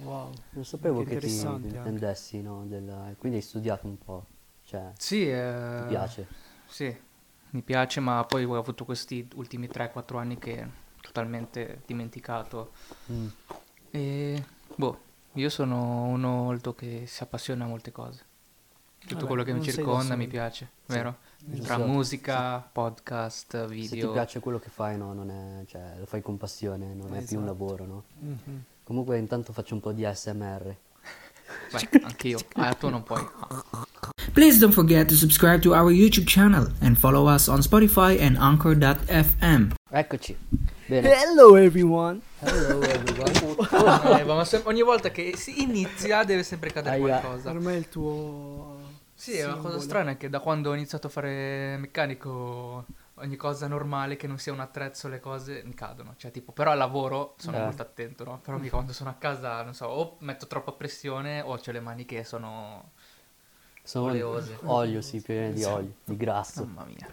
A: Wow.
C: Non sapevo
A: Anche
C: che ti
A: interessante anche.
C: intendessi, no? della- Quindi hai studiato un po', cioè,
B: Sì,
C: ti
B: eh,
C: piace.
B: Sì, mi piace, ma poi ho avuto questi ultimi 3-4 anni che ho totalmente dimenticato.
C: Mm.
B: E boh, io sono uno molto che si appassiona a molte cose. Tutto
A: Vabbè,
B: quello che mi
A: non sei da
B: circonda
A: solo.
B: mi piace, vero?
C: Sì.
B: Tra
C: Giusto.
B: musica, podcast,
C: Se
B: video.
C: ti piace quello che fai, no, non è, cioè, lo fai con passione, non è più
A: Esatto.
C: un lavoro, no?
A: Mhm.
C: Comunque intanto faccio un po' di ASMR.
B: Vai, anch'io. Ah, tu non puoi.
D: Please don't forget to subscribe to our YouTube channel and follow us on Spotify and Anchor.fm.
C: Eccoci. Bene.
A: Hello everyone.
C: Hello everyone.
B: Eh, ma sem- ogni volta che si inizia deve sempre cadere
C: Aia.
B: qualcosa.
A: Ormai è il tuo
B: Esatto. Sì, è una cosa
A: simbolo.
B: strana è che da quando ho iniziato a fare meccanico ogni cosa normale che non sia un attrezzo le cose mi cadono. Cioè, tipo, però al lavoro sono
C: Eh.
B: molto attento, no? Però mi- quando sono a casa, non so, o metto troppa pressione o ho le mani che sono...
C: Sono
B: Oleose.
C: olio, sì, piene di olio, di grasso.
B: Mamma mia.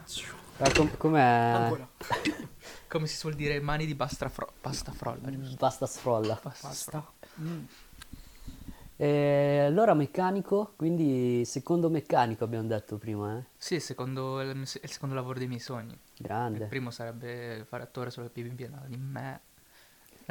C: Ah, com- com'è?
A: Ancora.
B: Come si suol dire, mani di basta, fro- pasta frolla, giusto?
C: Basta sfrolla.
B: Pasta
A: Basta.
C: E Eh, allora meccanico, quindi secondo meccanico abbiamo detto prima, eh?
B: Sì, secondo il, mio- il secondo lavoro dei miei sogni. Il
C: Grande.
B: primo sarebbe fare attore sulla PB Biennale di me.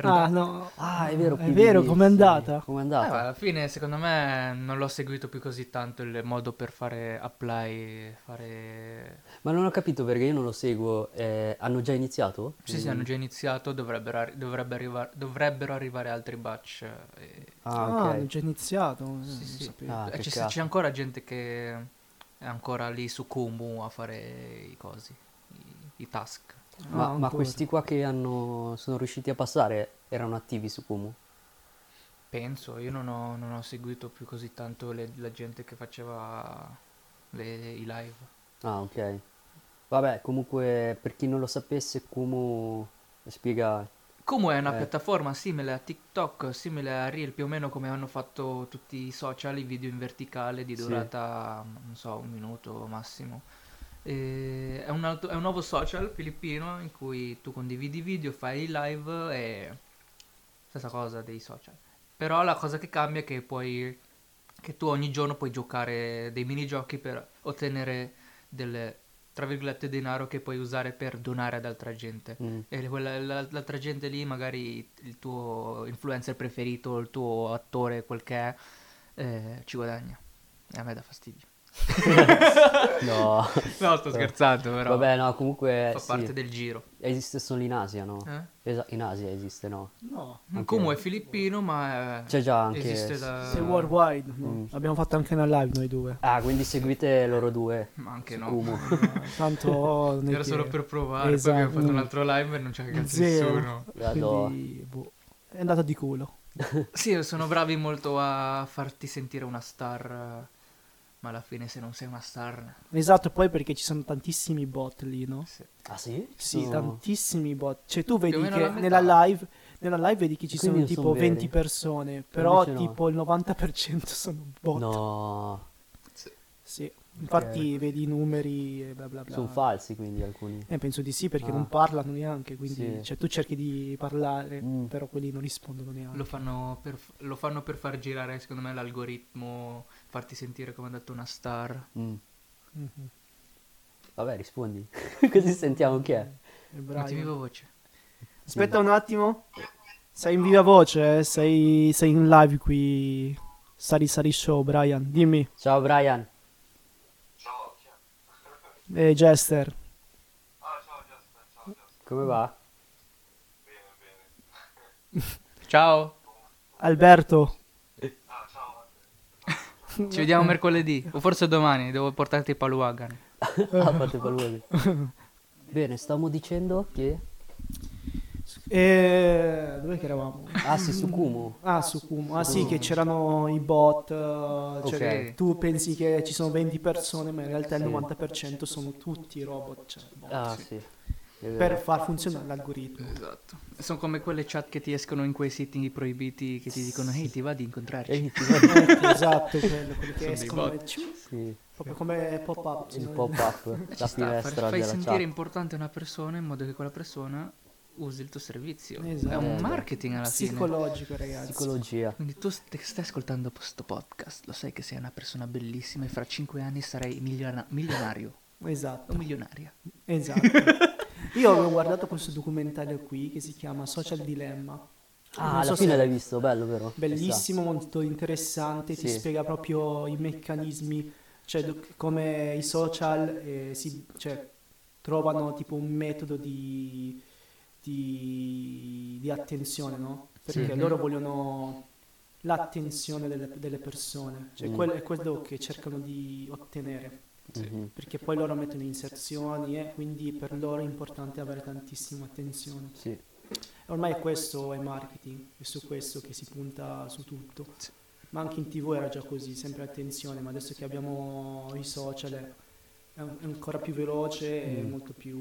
A: Ah no.
C: Ah, è vero,
A: È vero,
C: PVD,
A: com'è
C: sì.
A: andata?
C: Com'è
B: Eh, ma
C: andata?
B: alla fine, secondo me, non l'ho seguito più così tanto il modo per fare apply, fare...
C: Ma non ho capito perché io non lo seguo. eh, hanno già iniziato?
B: Sì, sì, hanno già iniziato, dovrebbero, arri- dovrebbe arrivar- dovrebbero arrivare altri batch. eh,
C: Ah, ok.
A: hanno già iniziato. eh,
B: sì,
A: non
B: sì.
A: sapevo.
C: Ah,
B: Eh,
C: che
B: c'è, c'è
C: cazzo.
B: ancora gente che è ancora lì su Kumu a fare i cosi, i, i task.
A: Ah,
C: Ma, ma
A: ancora.
C: questi qua che hanno, sono riusciti a passare erano attivi su Kumu?
B: Penso, io non ho, non ho seguito più così tanto le- la gente che faceva le- i live.
C: Ah, ok. Vabbè, comunque, per chi non lo sapesse, Kumu spiega...
B: Comu è una
C: Eh.
B: piattaforma simile a TikTok, simile a Reel, più o meno come hanno fatto tutti i social, i video in verticale di
C: Sì.
B: durata, non so, un minuto massimo. E è, un altro- è un nuovo social filippino in cui tu condividi video, fai i live e stessa cosa dei social. Però la cosa che cambia è che puoi che tu ogni giorno puoi giocare dei minigiochi per ottenere del tra virgolette denaro che puoi usare per donare ad altra gente.
C: Mm.
B: E quella- la- l'altra gente lì, magari il tuo influencer preferito, il tuo attore, quel che è, eh, ci guadagna. E a me dà fastidio.
C: No.
B: No, sto scherzando, però.
C: Vabbè, no, comunque...
B: fa
C: sì.
B: parte del giro.
C: Esiste solo in Asia, no?
B: Eh?
C: Esa- in Asia esiste, no?
A: No.
C: Anche-
B: Kumu è filippino, ma eh,
C: C'è già anche-
B: esiste da...
A: Sei worldwide. no.
C: Mm.
A: Abbiamo fatto anche una live noi due.
C: Ah, quindi seguite loro due.
B: Ma anche
C: su
B: no.
C: Kumu.
A: Tanto non è
B: Era
A: che-
B: solo per provare,
A: Esatto.
B: poi abbiamo fatto un altro live e non c'è cazzo
A: Zero.
B: nessuno.
C: Vado.
A: Quindi, boh, è andata di culo.
B: Sì, sono bravi molto a farti sentire una star, eh, ma alla fine se non sei una star...
A: Esatto, poi perché ci sono tantissimi bot lì, no?
B: Sì.
C: Ah, sì?
A: Sì,
C: Sono-
A: tantissimi bot. Cioè, tu vedi
B: o meno la
A: che
B: metà.
A: nella live, nella live vedi che ci
C: Quindi
A: sono
C: non
A: tipo
C: son veri.
A: 20 persone, però
C: Invece no.
A: tipo il 90% sono bot.
C: No,
A: Sì. Infatti vedi i numeri e bla bla bla.
C: sono falsi quindi alcuni.
A: Eh, penso di sì, perché
C: Ah.
A: non parlano neanche, quindi
C: Sì.
A: cioè, tu cerchi di parlare,
C: Mm.
A: però quelli non rispondono neanche.
B: Lo fanno, per, lo fanno per far girare, secondo me, l'algoritmo, farti sentire come ha detto una star.
C: Mm.
A: Mhm.
C: Vabbè, rispondi. Così sentiamo chi è.
A: È bravo.
B: Metti viva voce.
A: Aspetta un attimo. Sei in viva voce, eh? sei, sei in live qui. Sari Sari Show, Brian. Dimmi,
C: Ciao Brian.
A: eh, Jester.
C: Come va?
B: Ciao,
A: Alberto.
B: ci vediamo mercoledì, o forse domani, devo portarti i Paluagan.
C: Ah, fate paludi. Bene, stavo dicendo che...
A: E... Eh, Dove che eravamo?
C: Ah sì, su Kumu.
A: Ah, su Kumu. Ah sì, che c'erano i bot. eh, Cioè,
C: Ok.
A: Tu pensi che ci sono 20 persone, ma in realtà il 90% sono tutti robot. Cioè, boh.
C: Ah sì. è vero.
A: per far funzionare l'algoritmo.
B: Esatto. Sono come quelle chat che ti escono in quei siti proibiti che ti dicono ehi ti va di incontrarci.
C: Ehi, ti
A: esatto, quello, quelli che
B: Sono dei
A: escono
B: bot.
A: ciu,
C: sì,
A: proprio come pop-up.
C: il
A: no?
C: pop-up, la
B: Ci sta, far-
C: finestra
B: fai
C: della
B: sentire
C: chat.
B: importante una persona in modo che quella persona usi il tuo servizio.
A: Esatto.
B: È un
C: Eh,
B: marketing alla fine.
A: Psicologico, ragazzi.
C: Psicologia.
B: Quindi tu st- stai ascoltando questo podcast, lo sai che sei una persona bellissima e fra 5 anni sarai miliona- milionario o
A: Esatto,
B: milionaria.
A: esatto. Io avevo guardato questo documentario qui che si chiama Social Dilemma.
C: Ah,
A: Non
C: alla
A: so se-
C: fine l'hai visto, bello, vero?
A: Bellissimo, molto interessante, ti
C: Esatto. Sì.
A: spiega proprio i meccanismi, cioè do- come i social eh, si, cioè, trovano tipo un metodo di, di, di attenzione, no? Perché
B: Sì.
A: loro vogliono l'attenzione delle, delle persone, cioè
C: Mm.
A: quello è quello che cercano di ottenere,
C: Sì. Mhm.
A: perché poi loro mettono inserzioni e quindi per loro è importante avere tantissima attenzione.
C: Sì.
A: Ormai questo è marketing, è su questo che si punta su tutto. Ma anche in tv era già così, sempre attenzione, ma adesso che abbiamo i social è è an- è ancora più veloce e
C: Mm.
A: molto più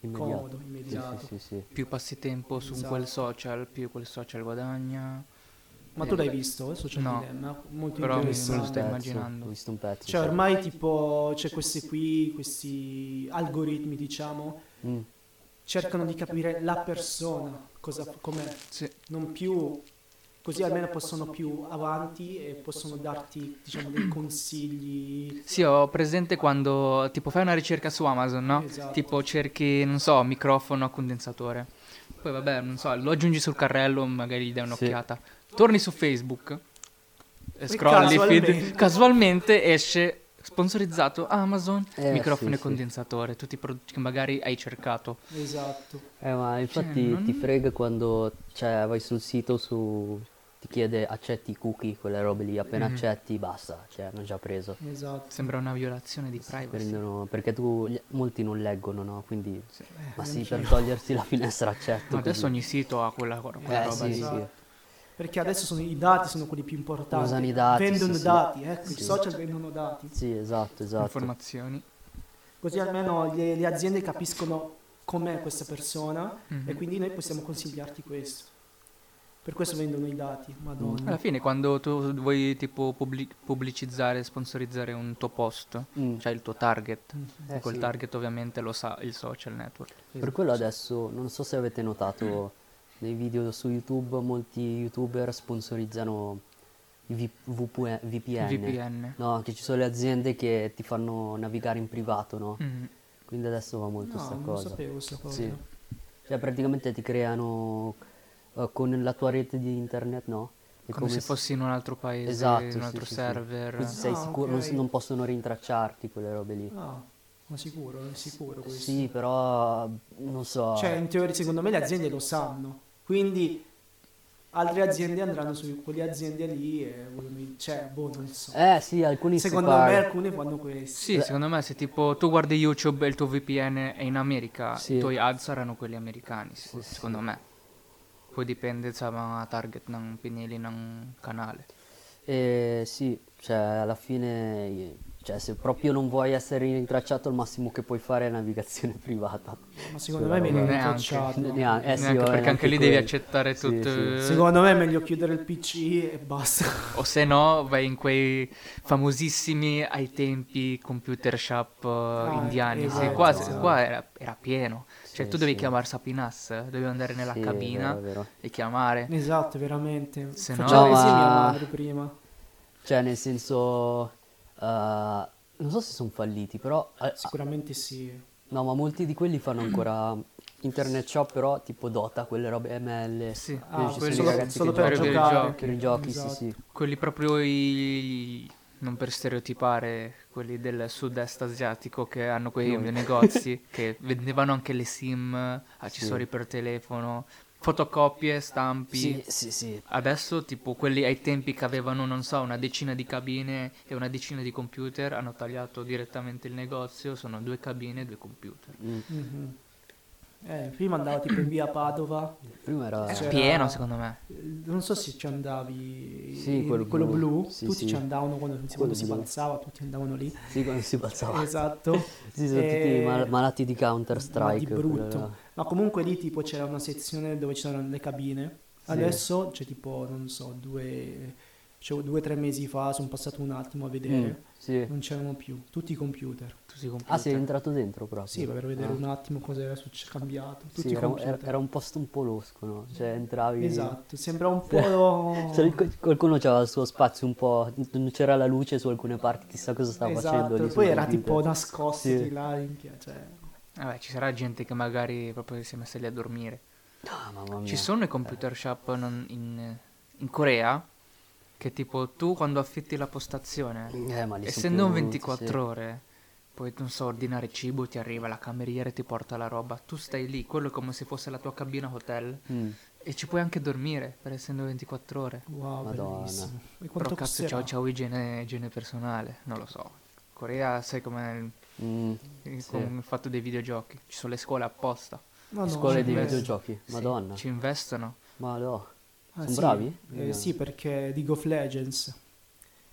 C: Immediato.
A: comodo, immediato.
C: Sì, sì, sì,
B: Più passi tempo su
A: Esatto.
B: quel social, più quel social guadagna.
A: Ma tu l'hai visto, eh, Social
B: No.
A: Dilemma? Molto
B: Però mi- me lo
C: sì.
B: sto
A: interessante.
C: Un pezzo,
B: immaginando.
C: Ho visto un pezzo.
A: Cioè
C: sì.
A: ormai tipo c'è questi qui, questi algoritmi diciamo,
C: Mm,
A: cercano di capire la persona, cosa, com'è.
B: Sì.
A: non più così almeno possono più avanti e possono darti diciamo dei consigli
B: Sì, ho presente quando tipo fai una ricerca su Amazon, no?
A: Esatto.
B: Tipo cerchi, non so, microfono a condensatore. Poi vabbè, non so, lo aggiungi sul carrello, magari gli dai un'occhiata. Torni su Facebook e scrolli
A: casualmente-
B: feed, casualmente esce sponsorizzato Amazon,
C: Eh,
B: microfono
C: sì,
B: e
C: sì.
B: condensatore, tutti i prodotti che magari hai cercato.
A: esatto
C: Eh, ma infatti
B: non-
C: ti frega quando cioè, vai sul sito su... ti chiede accetti i cookie, quelle robe lì, appena accetti basta, cioè hanno già preso.
A: esatto
B: Sembra una violazione di privacy.
C: Prendono... Perché tu gli- molti non leggono, no? Quindi...
B: Sì.
C: Ma sì, eh, per togliersi la finestra accetto.
B: Ma adesso
C: così.
B: ogni sito ha quella, quella
C: Eh,
B: roba
C: sì,
B: lì.
C: sì.
A: Esatto. perché adesso sono, i dati sono quelli più importanti
C: Usano i dati,
A: vendono
C: sì, sì.
A: dati ecco i
C: Sì.
A: social vendono dati
C: Sì, esatto, esatto.
B: Informazioni.
A: così almeno le, le aziende capiscono com'è questa persona e quindi noi possiamo consigliarti questo per questo vendono i dati madonna
B: Alla fine, quando tu vuoi tipo publi- pubblicizzare, sponsorizzare un tuo post,
C: Mm.
B: cioè il tuo target,
C: Eh,
B: quel
C: sì.
B: target ovviamente lo sa il social network.
C: Per quello adesso, non so se avete notato,
A: Mm.
C: nei video su YouTube molti youtuber sponsorizzano i V- VPN.
B: VPN.
C: No, che ci sono le aziende che ti fanno navigare in privato, no?
B: Mm.
C: Quindi adesso va molto
A: no
C: sta
A: non lo
C: Mm, cosa.
A: sapevo questa cosa
C: Sì. Cioè praticamente ti creano eh, con la tua rete di internet, no? È
B: Come se fossi in un altro paese,
C: Esatto,
B: in
C: sì,
B: un altro
C: sì, sì.
B: server.
C: Così sei
A: Ah,
C: sicuro, non,
A: ok.
C: non possono rintracciarti quelle robe lì.
A: ah ma sicuro è sicuro questo
C: Sì, però non so.
A: Cioè, in teoria, secondo me le aziende lo sanno. Quindi altre aziende andranno su quelle aziende lì e vogliono- cioè, boh, non so.
C: Eh sì, alcuni si
A: secondo
C: par-
A: me alcune fanno questo.
B: Sì, secondo me se tipo tu guardi YouTube e il tuo VPN è in America,
C: Sì.
B: i tuoi ad saranno quelli americani, sic- secondo me. Poi dipende sa mga target ng pinili ng canale.
C: Eh, sì, cioè alla fine, cioè, se proprio non vuoi essere rintracciato, il massimo che puoi fare è navigazione privata.
A: Ma secondo me è meglio
B: Neanche.
A: rintracciarlo.
C: Neanche, eh, sì,
B: Neanche
C: vabbè,
B: perché anche
C: neanche
B: lì devi
C: quello.
B: accettare
C: Sì,
B: tutto.
C: sì.
A: Secondo me è meglio chiudere il PC e basta.
B: O se no, vai in quei famosissimi ai tempi computer shop eh, indiani.
A: esatto,
B: Sì, qua,
C: Ah, esatto.
B: qua era, era pieno. Cioè,
C: Sì,
B: tu dovevi
C: sì.
B: chiamare Sapinas, eh, dovevi andare nella
C: Sì,
B: cabina
C: vero, vero.
B: e chiamare.
A: Esatto, veramente.
B: Se no-
A: Facciamo
C: No, ma-
A: insieme a madre prima.
C: Cioè, nel senso, eh, non so se sono falliti, però eh,
A: Sicuramente sì.
C: no, ma molti di quelli fanno ancora internet shop, però tipo Dota, quelle robe ML.
B: Sì.
C: Quindi
A: Ah,
C: ci sono
A: quello
C: i
A: solo,
C: ragazzi
A: solo
C: che
A: per
B: giocano.
A: giocare.
C: Per i giochi, sì,
A: Esatto.
C: sì.
B: Quelli proprio i. non per stereotipare, quelli del sud-est asiatico che hanno quei
C: Noi.
B: negozi che vendevano anche le sim, accessori per telefono, fotocopie, stampi.
C: Sì, sì, sì.
B: Adesso, tipo quelli ai tempi che avevano, non so, una decina di cabine e una decina di computer,
C: Eh,
B: hanno tagliato direttamente il negozio. Sono due cabine e due computer.
A: Mhm. Eh, prima andavo tipo in via Padova,
C: Prima era...
A: Eh,
B: È
A: C'era-
B: pieno secondo me.
A: eh, non so se ci andavi
C: Sì,
A: in-
C: quello
A: quello
C: blu.
A: blu,
C: Sì,
A: tutti
C: sì.
A: ci andavano quando, quando
C: Quello
A: si
C: blu.
A: balzava, tutti andavano lì.
C: Sì, quando si balzava.
A: Esatto.
C: Sì, sono
A: Eh,
C: tutti mal- malati di
A: ma di
C: Counter-Strike. quello
A: brutto.
C: là.
A: Ma comunque lì tipo c'era una sezione dove c'erano le cabine.
C: Sì.
A: Adesso c'è tipo, non so, due, cioè, due o tre mesi fa sono passato un attimo a
C: Mm,
A: vedere.
C: sì.
A: Non c'erano più, tutti i computer.
B: Tu si computer.
C: Ah, sei entrato dentro proprio?
A: Sì, per vedere
C: Ah.
A: un attimo cosa era succe- cambiato. Tutti
C: Sì,
A: i
C: era, un-
A: computer.
C: era- era un posto un po' losco, no? Cioè, entravi...
A: Esatto, sembra un po'...
C: Cioè, qual- qualcuno aveva il suo spazio un po'... Non c'era la luce su alcune parti, chissà cosa stava facendo
A: Esatto,
C: lì
A: e
C: sul
A: poi era
C: computer.
A: tipo nascosti
C: Sì.
A: là, minchia, cioè...
B: Vabbè, ci sarà gente che magari proprio si è messa lì a dormire.
C: Ah, mamma mia.
B: Ci sono i computer shop non- in, in Corea che tipo tu quando affitti la postazione,
C: Eh, ma lì sono
B: essendo un
C: più-
B: 24
C: sì.
B: ore, puoi non so, ordinare cibo, ti arriva la cameriera e ti porta la roba, tu stai lì, quello è come se fosse la tua cabina hotel
C: Mm.
B: e ci puoi anche dormire per essendo 24 ore.
A: Wow,
C: Madonna.
A: bellissimo. E
B: Però
A: quanto
B: cazzo c'ho,
A: costerà?
B: c'ho igiene, igiene personale, non lo so. Corea sai com'è
C: Mm.
B: il,
C: Sì.
B: con il fatto dei videogiochi, ci sono le scuole apposta.
A: No, no,
C: Scuole
A: cioè,
C: di
B: sì.
A: eh,
C: videogiochi,
B: Sì,
C: madonna.
B: Ci investono.
C: Ma no.
A: Ah,
C: Sono bravi?
A: Eh, sì, perché League of Legends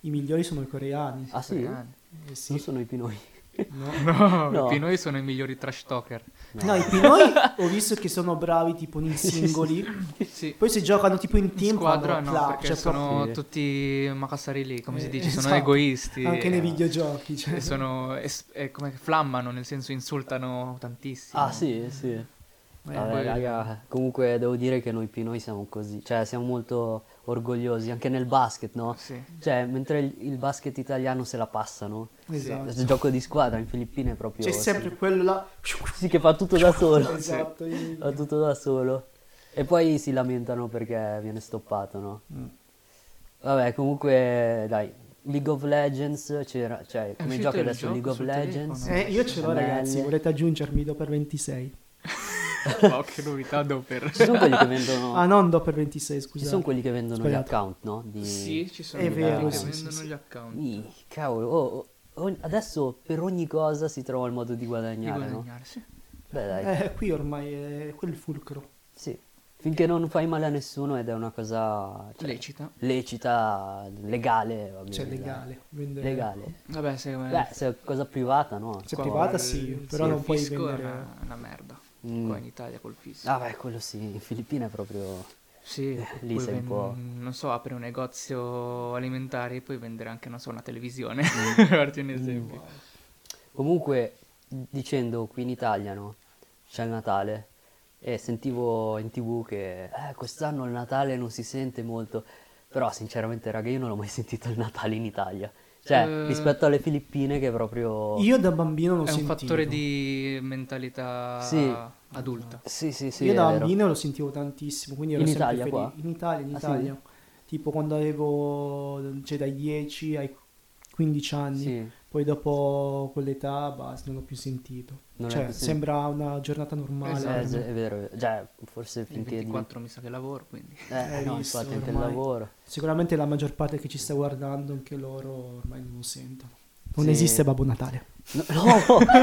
A: i migliori sono i coreani.
C: Ah sì? Non
B: coreani.
A: Eh, sì.
C: sono i pinoi.
A: No.
B: No,
C: No.
B: i noi sono i migliori trash talker.
A: No, i pinoi ho visto che sono bravi tipo in singoli.
B: Sì.
A: Poi se giocano tipo in
B: In
A: team
B: squadra no,
A: fanno clap,
B: perché
A: cioè,
B: sono
C: proprio-
B: tutti macassari lì, come si
A: Eh,
B: dice, sono
A: esatto.
B: egoisti.
A: Anche nei
B: eh,
A: videogiochi. Cioè.
B: e sono es- e come flammano, nel senso insultano tantissimo.
C: Ah sì, sì. Vabbè,
B: poi-
C: raga, comunque devo dire che noi pinoi siamo così, cioè siamo molto orgogliosi anche nel basket, no?
B: Sì.
C: Cioè, mentre il, il basket italiano se la passano,
A: Esatto.
C: il gioco di squadra in Filippine è proprio
A: C'è sempre quello là.
C: sì che fa tutto da solo,
A: Esatto. i-
C: fa tutto da solo. E poi si lamentano perché viene stoppato, no?
A: Mm.
C: Vabbè, comunque, dai, League of Legends c'era, cioè, come
B: uscito
C: giochi
B: il
C: adesso
B: gioco
C: League of
B: sul
C: Legends?
B: telefono?
A: Eh, io ce l'ho
C: Belle.
A: ragazzi, volete aggiungermi do per 26?
B: Wow, che novità dover.
C: Ci sono quelli che vendono
A: Ah, non do per 26,
C: Ci
A: scusate.
C: sono quelli che vendono
A: Sbagliato.
C: gli account, no? Di...
B: Sì, ci sono
A: È
B: quelli
A: vero,
B: che
A: sì,
B: vendono
A: sì, sì.
B: gli account.
C: Ih, cavolo, oh, oh, ogni- adesso per ogni cosa si trova il modo di
B: Di
C: guadagnare, no?
B: guadagnarsi.
C: Beh, dai,
A: Eh, qui ormai è quel fulcro.
C: sì. Finché non fai male a nessuno ed è una cosa cioè,
B: Lecita.
C: lecita, legale, va bene,
A: Cioè,
C: dai.
A: legale. vendere-
C: Legale.
B: Vabbè, se,
C: Beh, se è cosa privata, no?
A: Se è
C: Qua-
A: privata
B: Eh,
A: sì, però non puoi
B: È
A: vendere...
B: una, una merda.
C: Mm.
B: Qua in Italia col fisco.
C: Ah, beh, quello sì, in Filippine è proprio...
B: Sì,
C: lì
B: puoi
C: sei un
B: ven-
C: po'-
B: non so, apri un negozio alimentare e puoi vendere anche, non so, una televisione.
C: Mm.
B: Guardi un esempio.
C: Comunque, dicendo qui in Italia, no? C'è il Natale e sentivo in TV che eh, quest'anno il Natale non si sente molto, però sinceramente, raga, io non l'ho mai sentito il Natale in Italia. Cioè,
B: Eh.
C: rispetto alle Filippine che proprio...
A: Io da bambino l'ho
B: È un
A: sentito.
B: fattore di mentalità
C: Sì.
B: adulta.
C: Sì, sì, sì,
A: Io
C: è
A: da
C: vero.
A: bambino lo sentivo tantissimo, quindi ero
C: In
A: sempre
C: Italia,
A: felice.
C: qua?
A: In Italia, in
C: Ah, sì?
A: Italia. Tipo quando avevo, cioè dai 10 ai 15 anni,
C: Sì.
A: poi dopo quell'età, basta, non l'ho più sentito.
C: Non l'hai
A: cioè,
C: più sentito.
A: sembra una giornata normale.
B: Esatto.
C: Eh,
A: per
C: sì,
A: me.
C: è vero, è vero. Cioè, forse
B: Il
C: finché...
B: 24 mi sa che lavoro, quindi.
C: Eh,
A: Eh,
C: no,
A: visto,
C: infatti, anche il
A: ormai.
C: lavoro.
A: Sicuramente la maggior parte che ci sta guardando, anche loro ormai non lo sentono. Non
C: Sì.
A: esiste Babbo Natale.
C: No!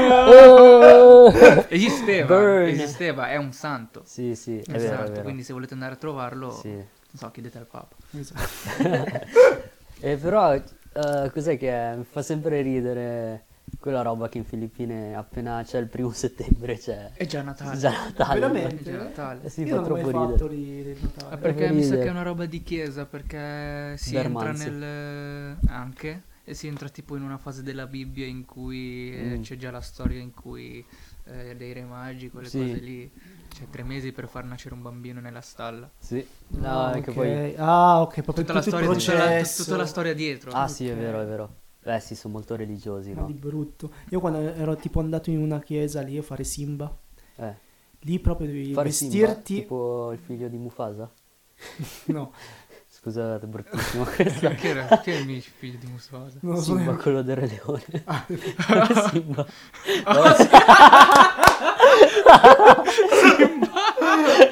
C: Oh!
B: Esisteva,
C: Burn.
B: esisteva, è un santo.
C: Sì, sì, è
B: esatto,
C: vero, è vero.
B: quindi se volete andare a trovarlo,
C: Sì.
B: non so, chiedete al Papa.
A: Esatto.
C: Eh, però, eh, cos'è che è? Mi fa sempre ridere quella roba che in Filippine appena c'è il primo settembre c'è
B: È già Natale.
C: già
B: È
C: Natale.
A: Ah, Veramente?
B: già Natale.
C: Eh sì,
A: Io
C: fa
A: non ho mai
C: troppo
A: fatto
C: ridere.
A: lì del Natale.
B: Ah, perché mi sa
C: ridere.
B: che è una roba di chiesa, perché si
C: Bermanzi.
B: entra nel... anche, e si entra tipo in una fase della Bibbia in cui eh,
C: Mm.
B: c'è già la storia in cui eh, dei re magi, quelle
C: Sì.
B: cose lì, c'è tre mesi per far nascere un bambino nella stalla.
C: Sì. No,
A: Ah,
C: anche
A: ok.
C: poi...
A: Ah, ok, proprio
B: Tutta la
A: tutto il
B: storia, tutta la,
A: processo.
B: tutta la storia dietro.
C: Ah sì, è
A: Ok.
C: vero, è vero. Beh sì, sono molto religiosi,
A: Ma di
C: no?
A: brutto. Io quando ero tipo andato in una chiesa lì a fare Simba,
C: Eh.
A: lì proprio devi
C: Fare Simba,
A: vestirti.
C: tipo il figlio di Mufasa?
A: No,
C: Scusate, bruttissimo questo.
B: Perché era? Chi è il mio figlio di Mufasa?
A: non lo so.
C: Simba,
A: neanche. Ah.
C: quello del Re Leone. Simba.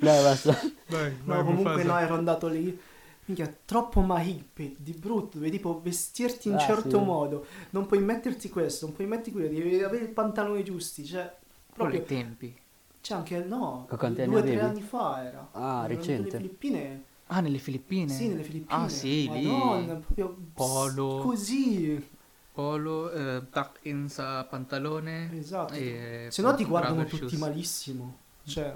C: No, ma so-
B: Vai,
A: No, comunque no, ero andato lì. Minchia, troppo mahippe, di brutto, devi tipo vestirti in
C: Ah,
A: certo
C: sì.
A: modo. Non puoi metterti questo, non puoi metterti quello, devi avere i pantaloni giusti, cioè... Proprio
B: Proprio tempi.
A: C'è anche, no,
C: Con quanti anni
A: due o tre
C: avevi?
A: anni fa era.
C: Ah,
A: Erano
C: recente.
A: Nelle Filippine.
B: Ah, nelle Filippine?
A: Sì, nelle Filippine.
B: Ah, sì, lì.
A: Madonna, proprio
B: Polo.
A: così.
B: Polo, eh, tuck in sa pantalone.
A: Esatto.
B: e
A: Se no ti guardano
B: rubber
A: tutti
B: shoes.
A: malissimo. Cioè,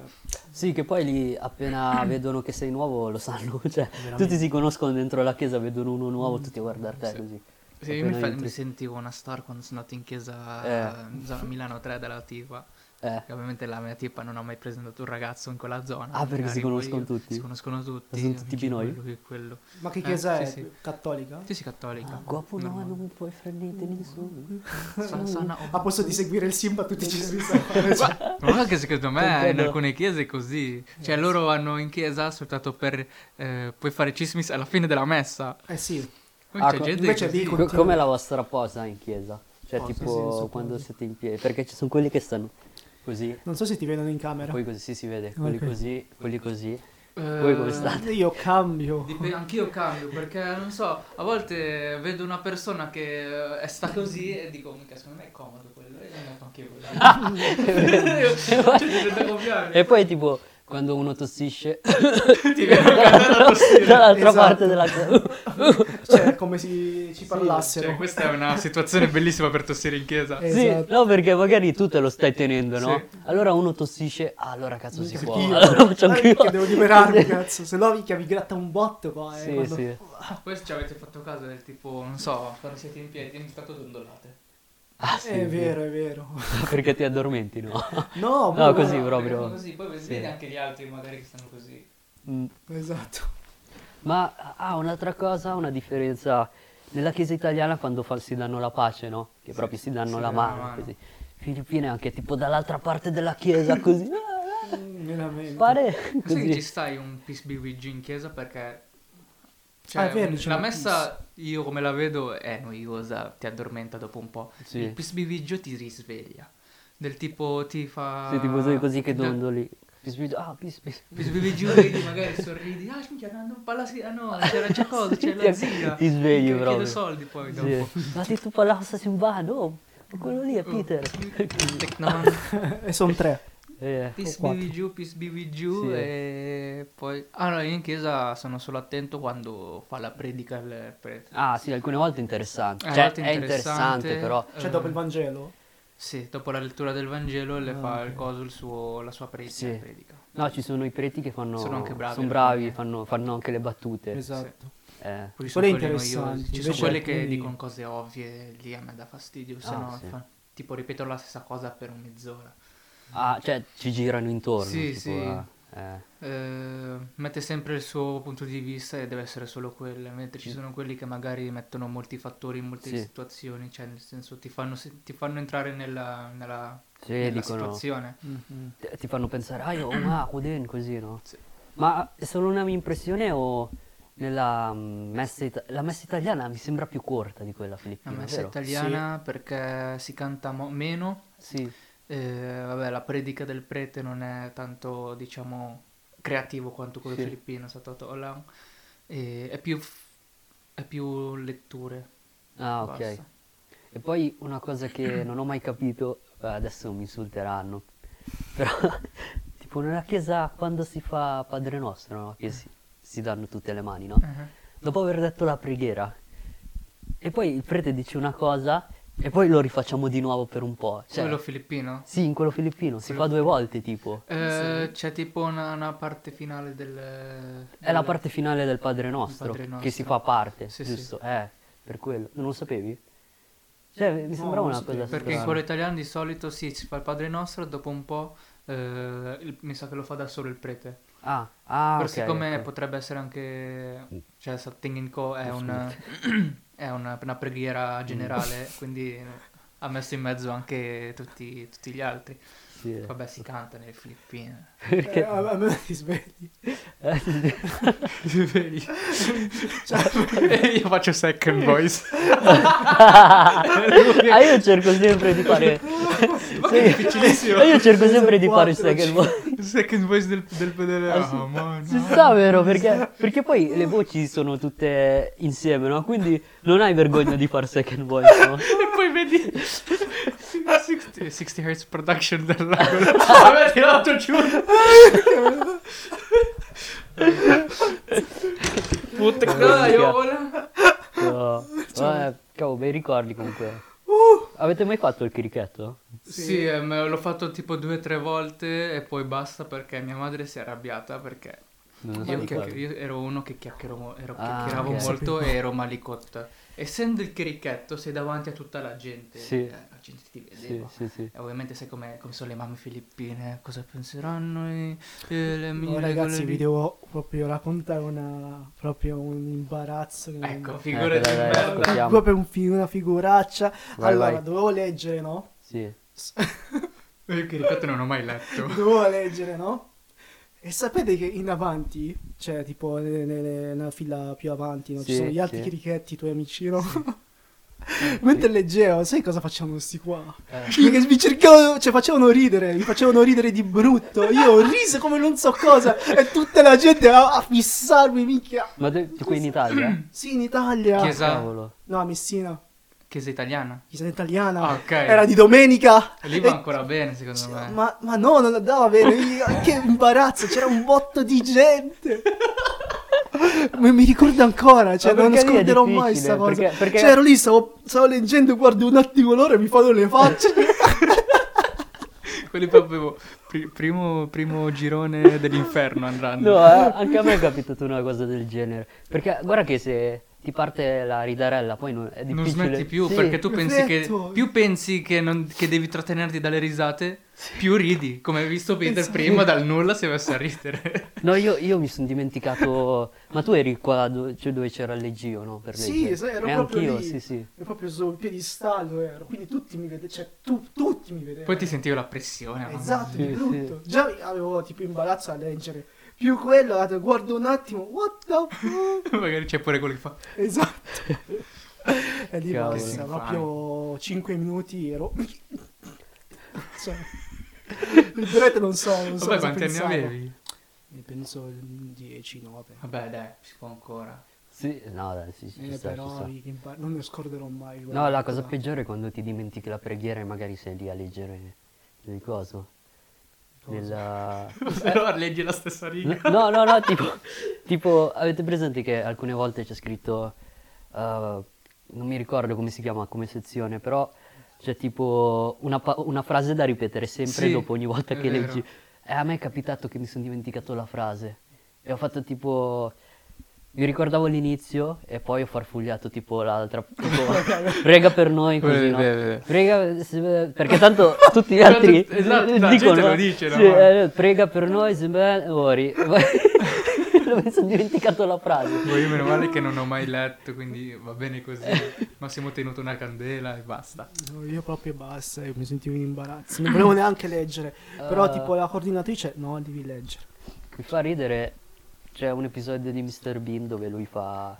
C: Sì, che poi lì appena vedono che sei nuovo lo sanno, cioè tutti
A: Veramente.
C: si conoscono dentro la chiesa, vedono uno nuovo, tutti a guardare te
B: Sì.
C: così.
B: Sì, io mi,
C: Appena
B: fa-
C: entri-
B: mi sentivo una star quando sono andato in chiesa
C: Eh.
B: in zona Milano 3 dalla tipa.
C: Eh,
B: E ovviamente la mia tipa non ha mai presentato un ragazzo in quella zona.
C: Ah, perché si
B: Arrivo
C: conoscono
B: io,
C: tutti?
B: Si conoscono tutti.
C: Sono tutti
B: mi chiedo
C: pinoi?
B: quello che quello.
A: ma che
B: Eh,
A: chiesa è?
B: sì, sì.
A: Cattolica?
B: Tu sei cattolica?
C: Ah, Guapo no,
B: Normale.
C: non puoi far niente
A: Mm.
C: nessuno.
B: Sa- sana-
A: A posto di seguire Ah, il Simba tutti ci si sa.
B: Ma guarda che secondo me in
C: Concordo.
B: alcune chiese è così. Cioè, loro vanno in chiesa soltanto per eh, poi fare cismis alla fine della messa.
A: Eh sì.
B: Poi
C: Ah,
B: c'è
C: co-
B: gente
A: invece
B: che
A: lì
B: così-
C: Co- Com'è la vostra posa in chiesa? Cioè
A: Posa, sì,
C: tipo
A: supposo.
C: quando siete in piedi, perché ci sono quelli che stanno così,
A: Non so se ti vedono in camera.
C: poi così si vede, quelli
A: Ok.
C: così, quelli così.
B: Eh,
C: Voi come state?
A: Io cambio.
B: Dip- anch'io cambio perché non so, a volte vedo una persona che eh, sta così e dico, mica secondo me è comodo quello, e andato anche io così. Io- cioè, diventa copiare.
C: E poi tipo quando uno tossisce
B: Ti vedo cantare la tossina.
C: dall'altra
A: Esatto.
C: parte della chiesa.
A: Cioè, come se ci parlassero.
B: Cioè, questa è una situazione bellissima per tossire in chiesa.
A: Eh,
C: Sì,
A: Esatto.
C: no perché magari tu te lo stai tenendo, no?
B: Sì.
C: Allora uno tossisce, ah, allora cazzo si può,
A: Io-
C: allora faccio
A: Ah,
C: anch'io.
A: che devo liberarmi, cazzo. Se no, mica mi gratta un botto qua. eh,
C: Sì,
A: quando-
C: sì.
B: Ah, Questo ci avete fatto caso del tipo, non so, quando siete in piedi, ogni tanto dondolate.
C: Ah, sì,
A: È
C: sì.
A: vero, è vero.
C: Perché ti addormenti, no?
A: No, boh.
C: No,
A: ma-
C: così
B: Perché
C: proprio.
B: fanno Così, poi vedi anche gli altri magari che stanno così.
C: Mm.
A: Esatto.
C: Ma ah, un'altra cosa, una differenza nella chiesa italiana quando fa- si danno la pace, no? Che proprio si danno
B: si
C: la
B: danno la
C: mano,
B: mano.
C: così. Filippine anche tipo dall'altra parte della chiesa così. Ah, ah,
A: Mm, Veramente.
C: Pare
B: Sai che ci
C: così.
B: stai un PSBVG in chiesa perché...
A: Ah, è vero,
B: un-
A: c'è
C: diciamo
B: la
A: una
B: messa, io come la vedo, è noiosa, ti addormenta dopo un po'.
C: Sì.
B: Il PSBVG ti risveglia. Del tipo ti fa...
C: Sì, tipo sei così che
B: ti dà-
C: dondoli. Pis, pis, Ah, pis, pis.
B: PSBVG vedi, magari sorridi, ah minchia, non parla sì, ah no, c'era c'è cosa, c'è la
C: Ti-
B: zia.
C: ti svegli
B: Minchia,
C: proprio.
B: Chiedo soldi poi dopo. Mm.
C: Sì. Ma ti tu palassa si va, no? Ma Quello lì è Peter.
B: Oh. Tecnon,
A: E sono tre.
B: Mm.
C: Eh,
B: peace
A: quattro.
B: be with you, peace be with you,
C: Sì.
B: e poi... Ah no, io in chiesa sono solo attento quando fa la predica il prete.
C: Ah, sì, alcune volte è interessante.
B: Eh,
C: Cioè,
B: volte
C: è interessante,
B: interessante.
C: però.
A: Cioè, dopo il Vangelo.
B: Sì, dopo la lettura del Vangelo le
A: Ah,
B: fa
A: ok.
B: il coso, il suo, la sua predica.
C: Sì.
B: predica.
C: No, ci sono i preti che fanno.
B: Sono anche bravi
C: son
B: alcuni.
C: bravi, fanno, fanno anche le battute.
A: Esatto.
C: Eh.
B: Poi ci
A: Quelle
B: sono quelli
A: interessanti,
B: noiosi, Ci sono
A: invece
B: quelle che
A: alcuni-
B: dicono cose ovvie, lì a me dà fastidio, se
C: Ah,
B: no
C: sì.
B: fa- tipo ripetono la stessa cosa per mezz'ora.
C: Ah, cioè, ci girano intorno.
B: Sì,
C: tipo,
B: sì.
C: ah, eh.
B: Eh, mette sempre il suo punto di vista e deve essere solo quello, mentre ci sono quelli che magari mettono molti fattori in molte
C: Sì.
B: situazioni, cioè nel senso ti fanno, se- ti fanno entrare nella, nella,
C: Sì,
B: nella
C: dicono.
B: situazione.
A: Mm.
C: Ti- Ti fanno pensare, ah, io, ah, Uden, così, no?
B: Sì.
C: Ma è solo una mia impressione o nella mm, messa, ita- la messa italiana mi sembra più corta di quella
B: La
C: filippina,
B: messa
C: vero?
B: italiana perché si canta mo- meno,
C: Sì,
B: eh, vabbè la predica del prete non è tanto diciamo creativo quanto quello
C: Sì.
B: filippino, Satatola, e, è, più, f- è più letture.
C: ah, ok.
B: basta.
C: E poi una cosa che non ho mai capito, eh, adesso mi insulteranno, però tipo nella chiesa quando si fa Padre Nostro, no? Che si, si danno tutte le mani, no?
B: Mhm.
C: Dopo aver detto la preghiera, e poi il prete dice una cosa e poi lo rifacciamo di nuovo per un po'. Cioè,
B: Quello filippino?
C: sì, in quello filippino si fa due volte tipo.
B: Eh, C'è tipo una, una parte finale del...
C: È la parte finale del Padre Nostro,
B: Padre
C: che si
B: Nostro.
C: fa a parte,
B: Sì, sì.
C: giusto? Eh, per quello. Non lo sapevi? Cioè, mi sembrava
A: non lo
C: una cosa
A: sapevo.
B: Perché in
C: strana.
B: quello italiano di solito sì, si fa il Padre Nostro, dopo un po' eh, il- mi sa che lo fa da solo il prete.
C: Ah, ah,
B: Però
C: ok,
B: siccome
C: ok.
B: potrebbe essere anche... Cioè, Satting Co è, un, è una, una preghiera
C: Mm.
B: generale, quindi ha messo in mezzo anche tutti, tutti gli altri.
C: Sì.
B: Vabbè, si canta nelle Filippine.
A: Eh, a a me ti svegli.
C: Eh, sì, sì. Cioè,
B: E Io faccio second voice.
C: Ah, io cerco sempre di fare... Ah,
B: Ma che difficilissimo.
C: io cerco sempre di fare
A: Quattro,
C: second voice.
B: Second voice del, del pedale.
C: Ah, sì.
B: Oh, ma no.
C: Si sa vero perché, perché poi le voci sono tutte insieme, no? Quindi non hai vergogna di fare second voice, no?
B: E poi vedi. 60 Hz Production dall'angolo. Vabbè, tirato giù. Puttana,
C: Minchia.
B: iola.
C: No.
B: Cioè.
C: Vabbè, eh, cavolo, bei ricordi comunque.
B: Uh.
C: Avete mai fatto il chirichetto?
B: Sì, eh, me l'ho fatto tipo due o tre volte e poi basta perché mia madre si è arrabbiata perché
C: Non lo so
B: io,
C: di
B: chiacch-
C: cosa.
B: io ero uno che chiacchierò mo- ero-
C: Ah,
B: chiacchieravo
C: ok.
B: molto e ero malicotta. Essendo il chirichetto sei davanti a tutta la gente,
C: Sì.
B: eh, la gente ti
C: Sì,
B: vedeva.
C: sì, sì.
B: E Eh, ovviamente sai come, come sono le mamme filippine, eh, cosa penseranno i- eh, le mie
A: Oh, ragazzi,
B: regole
A: vi
B: lì.
A: devo proprio raccontare una, proprio un imbarazzo. che non-
B: Ecco, figura di
C: Eh, dai, dai,
B: merda.
C: ascolta. Siamo.
A: proprio un fi- una figuraccia.
C: Vai,
A: allora,
C: vai.
A: dovevo leggere, no?
C: Sì.
B: Io il chirichetto non ho mai letto.
A: dovevo leggere, no? E sapete che in avanti, cioè tipo ne- ne- ne- nella fila più avanti, no? ci
C: Sì,
A: sono gli altri
C: sì.
A: chirichetti, i tuoi amici, no? Mentre leggevo, sai cosa facevano sti qua?
B: Eh.
A: Che Mi cercavano, cioè facevano ridere, mi facevano ridere di brutto. Io ho riso come non so cosa e tutta la gente a, a fissarmi, minchia.
C: Ma te- qui in Italia?
A: Sì, in Italia.
B: Chiesa-
C: Cavolo.
A: No, a Messina,
B: Chiesa italiana.
A: chiesa italiana.
B: Ah, ok.
A: Era di domenica.
B: Lì
A: E-
B: va ancora bene, secondo
A: Eh, sì,
B: me.
A: Ma, ma no, non andava bene. Io- Che imbarazzo, c'era un botto di gente. Ma mi ricordo ancora, cioè
C: Ma
A: non
C: perché lì è
A: scorderò mai
C: difficile,
A: sta cosa.
C: perché- perché-
A: Cioè, ero lì, stavo, stavo leggendo, guardo un attimo l'ora e mi fanno le facce.
B: Quelli proprio pri- primo, primo girone dell'inferno andranno.
C: No, eh, anche a me è capitata una cosa del genere. Perché guarda che se ti parte la ridarella, poi non, è
B: non
C: difficile.
B: smetti più
C: Sì,
B: perché tu pensi che
A: perfetto.
B: più pensi che, non- che devi trattenerti dalle risate, più ridi. Come hai visto Peter prima, dal nulla si è messo a ridere.
C: No, io, io mi sono dimenticato. Ma tu eri qua do- cioè dove c'era l'Egio, no? Per
A: sì,
C: leggere.
A: sai, ero
C: E
A: proprio
C: Eh, anch'io,
A: lì.
C: sì, sì.
A: Ero proprio sul piedistallo ero. Quindi tutti mi vedevano, cioè tu- tutti mi vedevano.
B: Poi ti sentivo la pressione. mamma
A: Esatto, di
C: Sì, sì.
A: brutto. Già avevo tipo imbarazzo a leggere. Più quello, vado, guardo un attimo, what the fuck?
B: mia. Magari c'è pure quello che fa.
A: Esatto. e lì
C: Cavolo.
A: basta, proprio 5 minuti ero... cioè, il diretto non so, non so
B: Vabbè,
A: cosa
B: quanti
A: pensavo.
B: anni avevi?
A: Ne penso 10, 9.
B: Vabbè, dai, si può ancora.
C: Sì, no, dai, sì, sì, ci
A: Eh,
C: sta, ci
A: però
C: sta.
A: i- impar- non ne scorderò mai.
C: No,
A: guarda,
C: la cosa peggiore è quando ti dimentichi la preghiera e magari sei lì a leggere il coso.
A: Cosa?
C: Nella...
B: Però leggi la stessa riga.
C: No, no, no, tipo, tipo, avete presente che alcune volte c'è scritto, uh, non mi ricordo come si chiama come sezione, però c'è tipo una, pa- una frase da ripetere sempre
B: Sì,
C: dopo ogni volta
B: è
C: che
B: vero.
C: leggi. E a me è capitato che mi sono dimenticato la frase. E ho fatto tipo, mi ricordavo l'inizio e poi ho farfugliato tipo l'altra, tipo, prega per noi così,
B: Eh,
C: no?
B: eh, eh.
C: Prega, se- perché tanto tutti gli
B: Tanto-
C: altri
B: esatto, la gente lo dice, no?
C: sì, eh, prega per noi, se ben- ori. Mi sono dimenticato la frase.
B: Boh, Io meno male che non ho mai letto, quindi va bene così. Massimo ho tenuto una candela e basta.
A: No, io proprio basta, io mi sentivo in imbarazzo. Non volevo neanche leggere. Però
C: Eh.
A: tipo la coordinatrice, no, devi leggere.
C: Mi fa ridere, c'è un episodio di Mr. Bean dove lui fa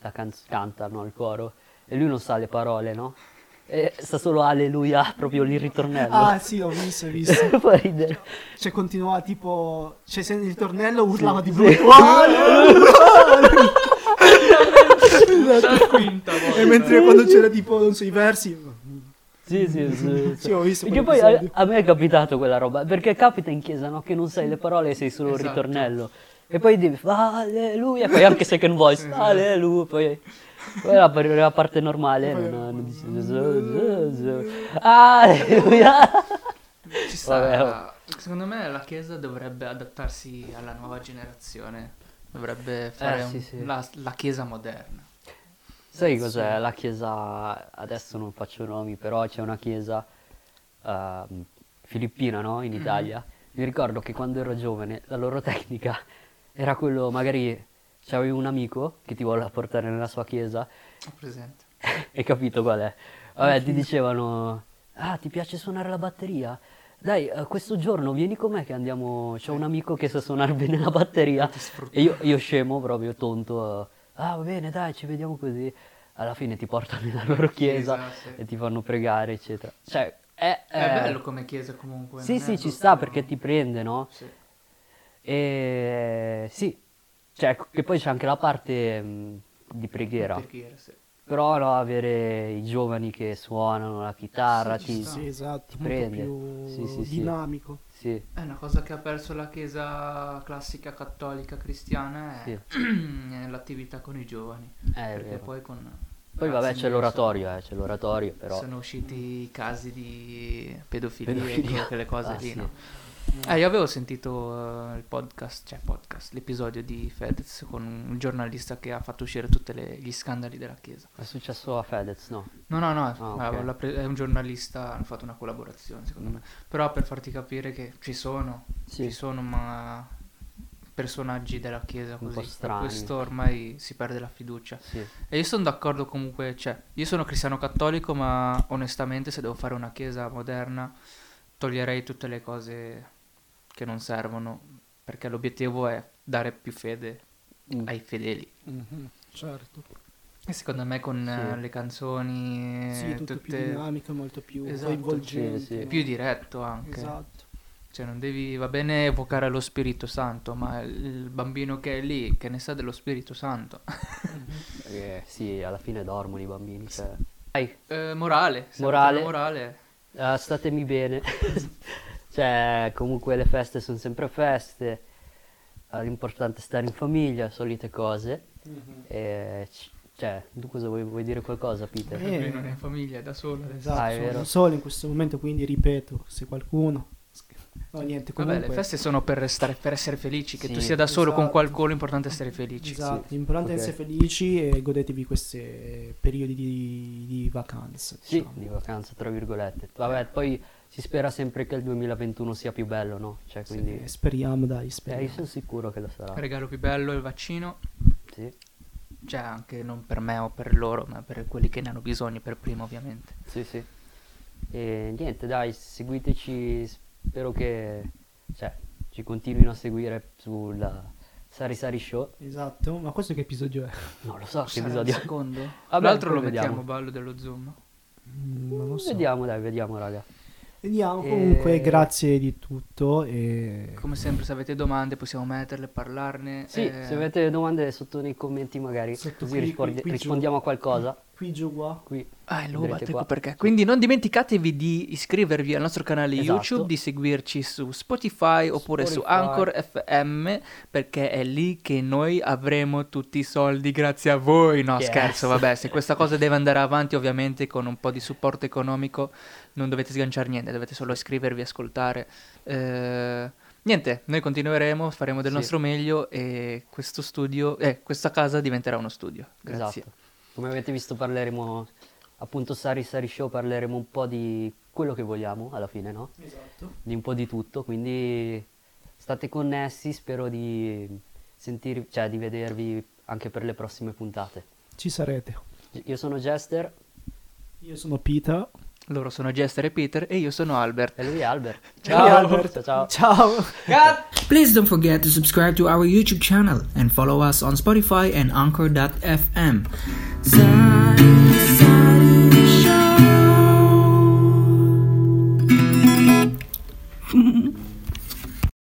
C: la canz- canta no, il coro e lui non sa le parole, no? E sta solo alleluia, proprio lì il ritornello.
A: Ah sì, ho visto, ho visto.
C: fa ridere.
A: Cioè continuava tipo, cioè se il tornello urlava di
C: sì.
A: brutto. "Alleluia!"
B: La quinta volta.
A: E mentre quando c'era tipo, non so, i versi...
C: Sì, sì, sì.
A: Sì, ho visto
C: Perché poi a,
A: quell'episodio.
C: a me è capitato quella roba, perché capita in chiesa, no? Che non sai le parole e sei solo
B: Esatto.
C: il ritornello. E poi devi, alleluia, poi anche second voice, alleluia, poi... Poi la, par- la parte normale, non, non dici... "Z- z- z- Alleluia!
B: Ci sta.
C: Vabbè, oh.
B: Secondo me la Chiesa dovrebbe adattarsi alla nuova generazione. Dovrebbe
C: Eh,
B: fare un-
C: sì, sì.
B: La, la Chiesa moderna.
C: Sai cos'è la chiesa, adesso non faccio nomi, però c'è una chiesa ehm, filippina, no? In Italia. Mi ricordo che quando ero giovane la loro tecnica era quello, magari c'avevi un amico che ti voleva portare nella sua chiesa,
B: Ho presente.
C: hai capito qual è? Vabbè, ti dicevano, ah, ti piace suonare la batteria? Dai, eh, questo giorno vieni con me che andiamo, c'è un amico che sa suonare bene la batteria. E io, io scemo proprio, tonto, eh, ah, va bene, dai, ci vediamo così. Alla fine ti portano nella loro chiesa
B: sì.
C: e ti fanno pregare, eccetera. Cioè, è...
B: È
C: è-
B: bello come Chiesa comunque.
C: Sì,
B: non è
C: sì, ci
B: brutto.
C: sta perché ti prende, no?
B: Sì.
C: ecco, E sì, cioè, che poi c'è anche la parte mh, di preghiera.
B: Preghiera, sì.
C: Però no, avere i giovani che suonano la chitarra,
E: Sì, ci
C: ti,
E: sta.
A: Sì, esatto,
C: ti
A: molto
C: prende.
A: più
C: Sì, sì, sì.
A: dinamico.
C: sì,
E: È una cosa che ha perso la chiesa classica cattolica cristiana è è l'attività con i giovani.
C: Eh, è
E: Eh. perché
C: vero.
E: poi eh, con...
C: Poi
E: grazie
C: vabbè c'è
E: mille,
C: l'oratorio, eh, c'è l'oratorio
E: Sono,
C: però.
E: sono usciti i casi di pedofilia,
C: Pedofilia.
E: di quelle cose
C: Ah,
E: lì,
C: sì.
E: no? Eh, io avevo sentito eh, il podcast, cioè podcast, l'episodio di Fedez con un giornalista che ha fatto uscire tutti gli scandali della chiesa.
C: È successo a Fedez, no?
E: No, no, no,
C: Ah,
E: ma
C: ok.
E: l'ha pre- è un giornalista, hanno fatto una collaborazione secondo me. Però per farti capire che ci sono,
C: Sì.
E: ci sono ma personaggi della chiesa
C: Un po'
E: così. Per
C: strani.
E: questo ormai si perde la fiducia.
C: Sì.
E: E io sono d'accordo comunque, cioè, io sono cristiano cattolico, ma onestamente se devo fare una chiesa moderna toglierei tutte le cose che non servono, perché l'obiettivo è dare più fede
C: Mm.
E: ai fedeli.
A: Mhm, certo.
E: E secondo me con eh,
C: Sì.
E: le canzoni
A: Sì, tutto più
E: tutte
A: dinamico, molto più
E: Esatto,
A: coinvolgente.
C: Eh, sì, sì.
A: no?
E: più diretto anche.
A: Esatto.
E: Cioè non devi, va bene evocare lo Spirito Santo, ma il bambino che è lì, che ne sa dello Spirito Santo?
C: Perché sì, alla fine dormono i bambini. Cioè. Dai,
E: Eh, morale, se
C: Morale.
E: non c'è morale.
C: eh, statemi bene. cioè, comunque le feste sono sempre feste. eh, L'importante è stare in famiglia, solite cose. E, c- cioè, tu cosa vuoi, vuoi dire qualcosa, Peter?
A: Eh.
E: Lui non è in famiglia, è da solo adesso.
A: Esatto,
C: Ah, è
A: sono
C: vero.
A: da solo in questo momento, quindi ripeto, se qualcuno... No, niente, comunque...
E: Vabbè, le feste sono per, restare, per essere felici, che tu
C: Sì,
E: sia da solo con
A: esatto.
E: qualcuno, l'importante è essere felici.
A: Esatto, l'importante
C: Ok.
A: è essere felici e godetevi questi eh, periodi di, di vacanze.
C: Sì,
A: diciamo.
C: di vacanza, tra virgolette. Vabbè, poi si spera sempre che il 2021 sia più bello, no? Cioè, quindi...
A: Eh, Speriamo, dai,
C: eh, io
A: speriamo.
C: sono sicuro che lo sarà.
E: Il regalo più bello è il vaccino,
C: Sì,
E: cioè anche non per me o per loro, ma per quelli che ne hanno bisogno, per prima ovviamente.
C: sì, sì. E niente, dai, seguiteci. Spero che... Cioè, ci continuino a seguire sulla Sari Sari Show.
A: Esatto, ma questo che episodio è?
C: Non lo so che
E: Sarà il
C: episodio...
E: secondo?
C: poi
E: L'altro lo
C: vediamo.
E: mettiamo, ballo dello zoom.
A: Mm, non lo so.
C: Vediamo, dai, vediamo, raga.
A: Vediamo,
C: E-
A: comunque grazie di tutto e...
E: Come sempre, se avete domande possiamo metterle, parlarne.
C: Sì,
E: eh,
C: se avete domande sotto nei commenti magari,
A: Sotto
C: così
A: qui,
C: rispondi-
A: qui, qui giù.
C: rispondiamo a qualcosa.
A: Qui giù qua.
C: Qui.
E: Ah, è
C: Vedrete
E: Lobat, ecco
C: qua.
E: perché. Quindi non dimenticatevi di iscrivervi al nostro canale
C: Esatto.
E: YouTube, di seguirci su Spotify oppure su
C: Spotify.
E: Anchor FM, perché è lì che noi avremo tutti i soldi grazie a voi. No,
C: Yes.
E: scherzo, vabbè, se questa cosa deve andare avanti ovviamente con un po' di supporto economico, non dovete sganciare niente, dovete solo iscrivervi, ascoltare. Eh, Niente, noi continueremo, faremo del
C: Sì.
E: nostro meglio e questo studio, eh, questa casa diventerà uno studio. Grazie.
C: Esatto. Come avete visto parleremo appunto Sari Sari Show, parleremo un po' di quello che vogliamo alla fine, no?
A: Esatto.
C: Di un po' di tutto, quindi state connessi, spero di sentirvi, cioè di vedervi anche per le prossime puntate.
A: Ci sarete.
C: Io sono Jester
A: Io sono Pita.
E: Loro sono Jester e Peter e io sono Albert.
C: e lui è Albert. ciao. ciao.
A: Ciao.
D: Please don't forget to subscribe to our YouTube channel and follow us on Spotify and Anchor.fm. Sign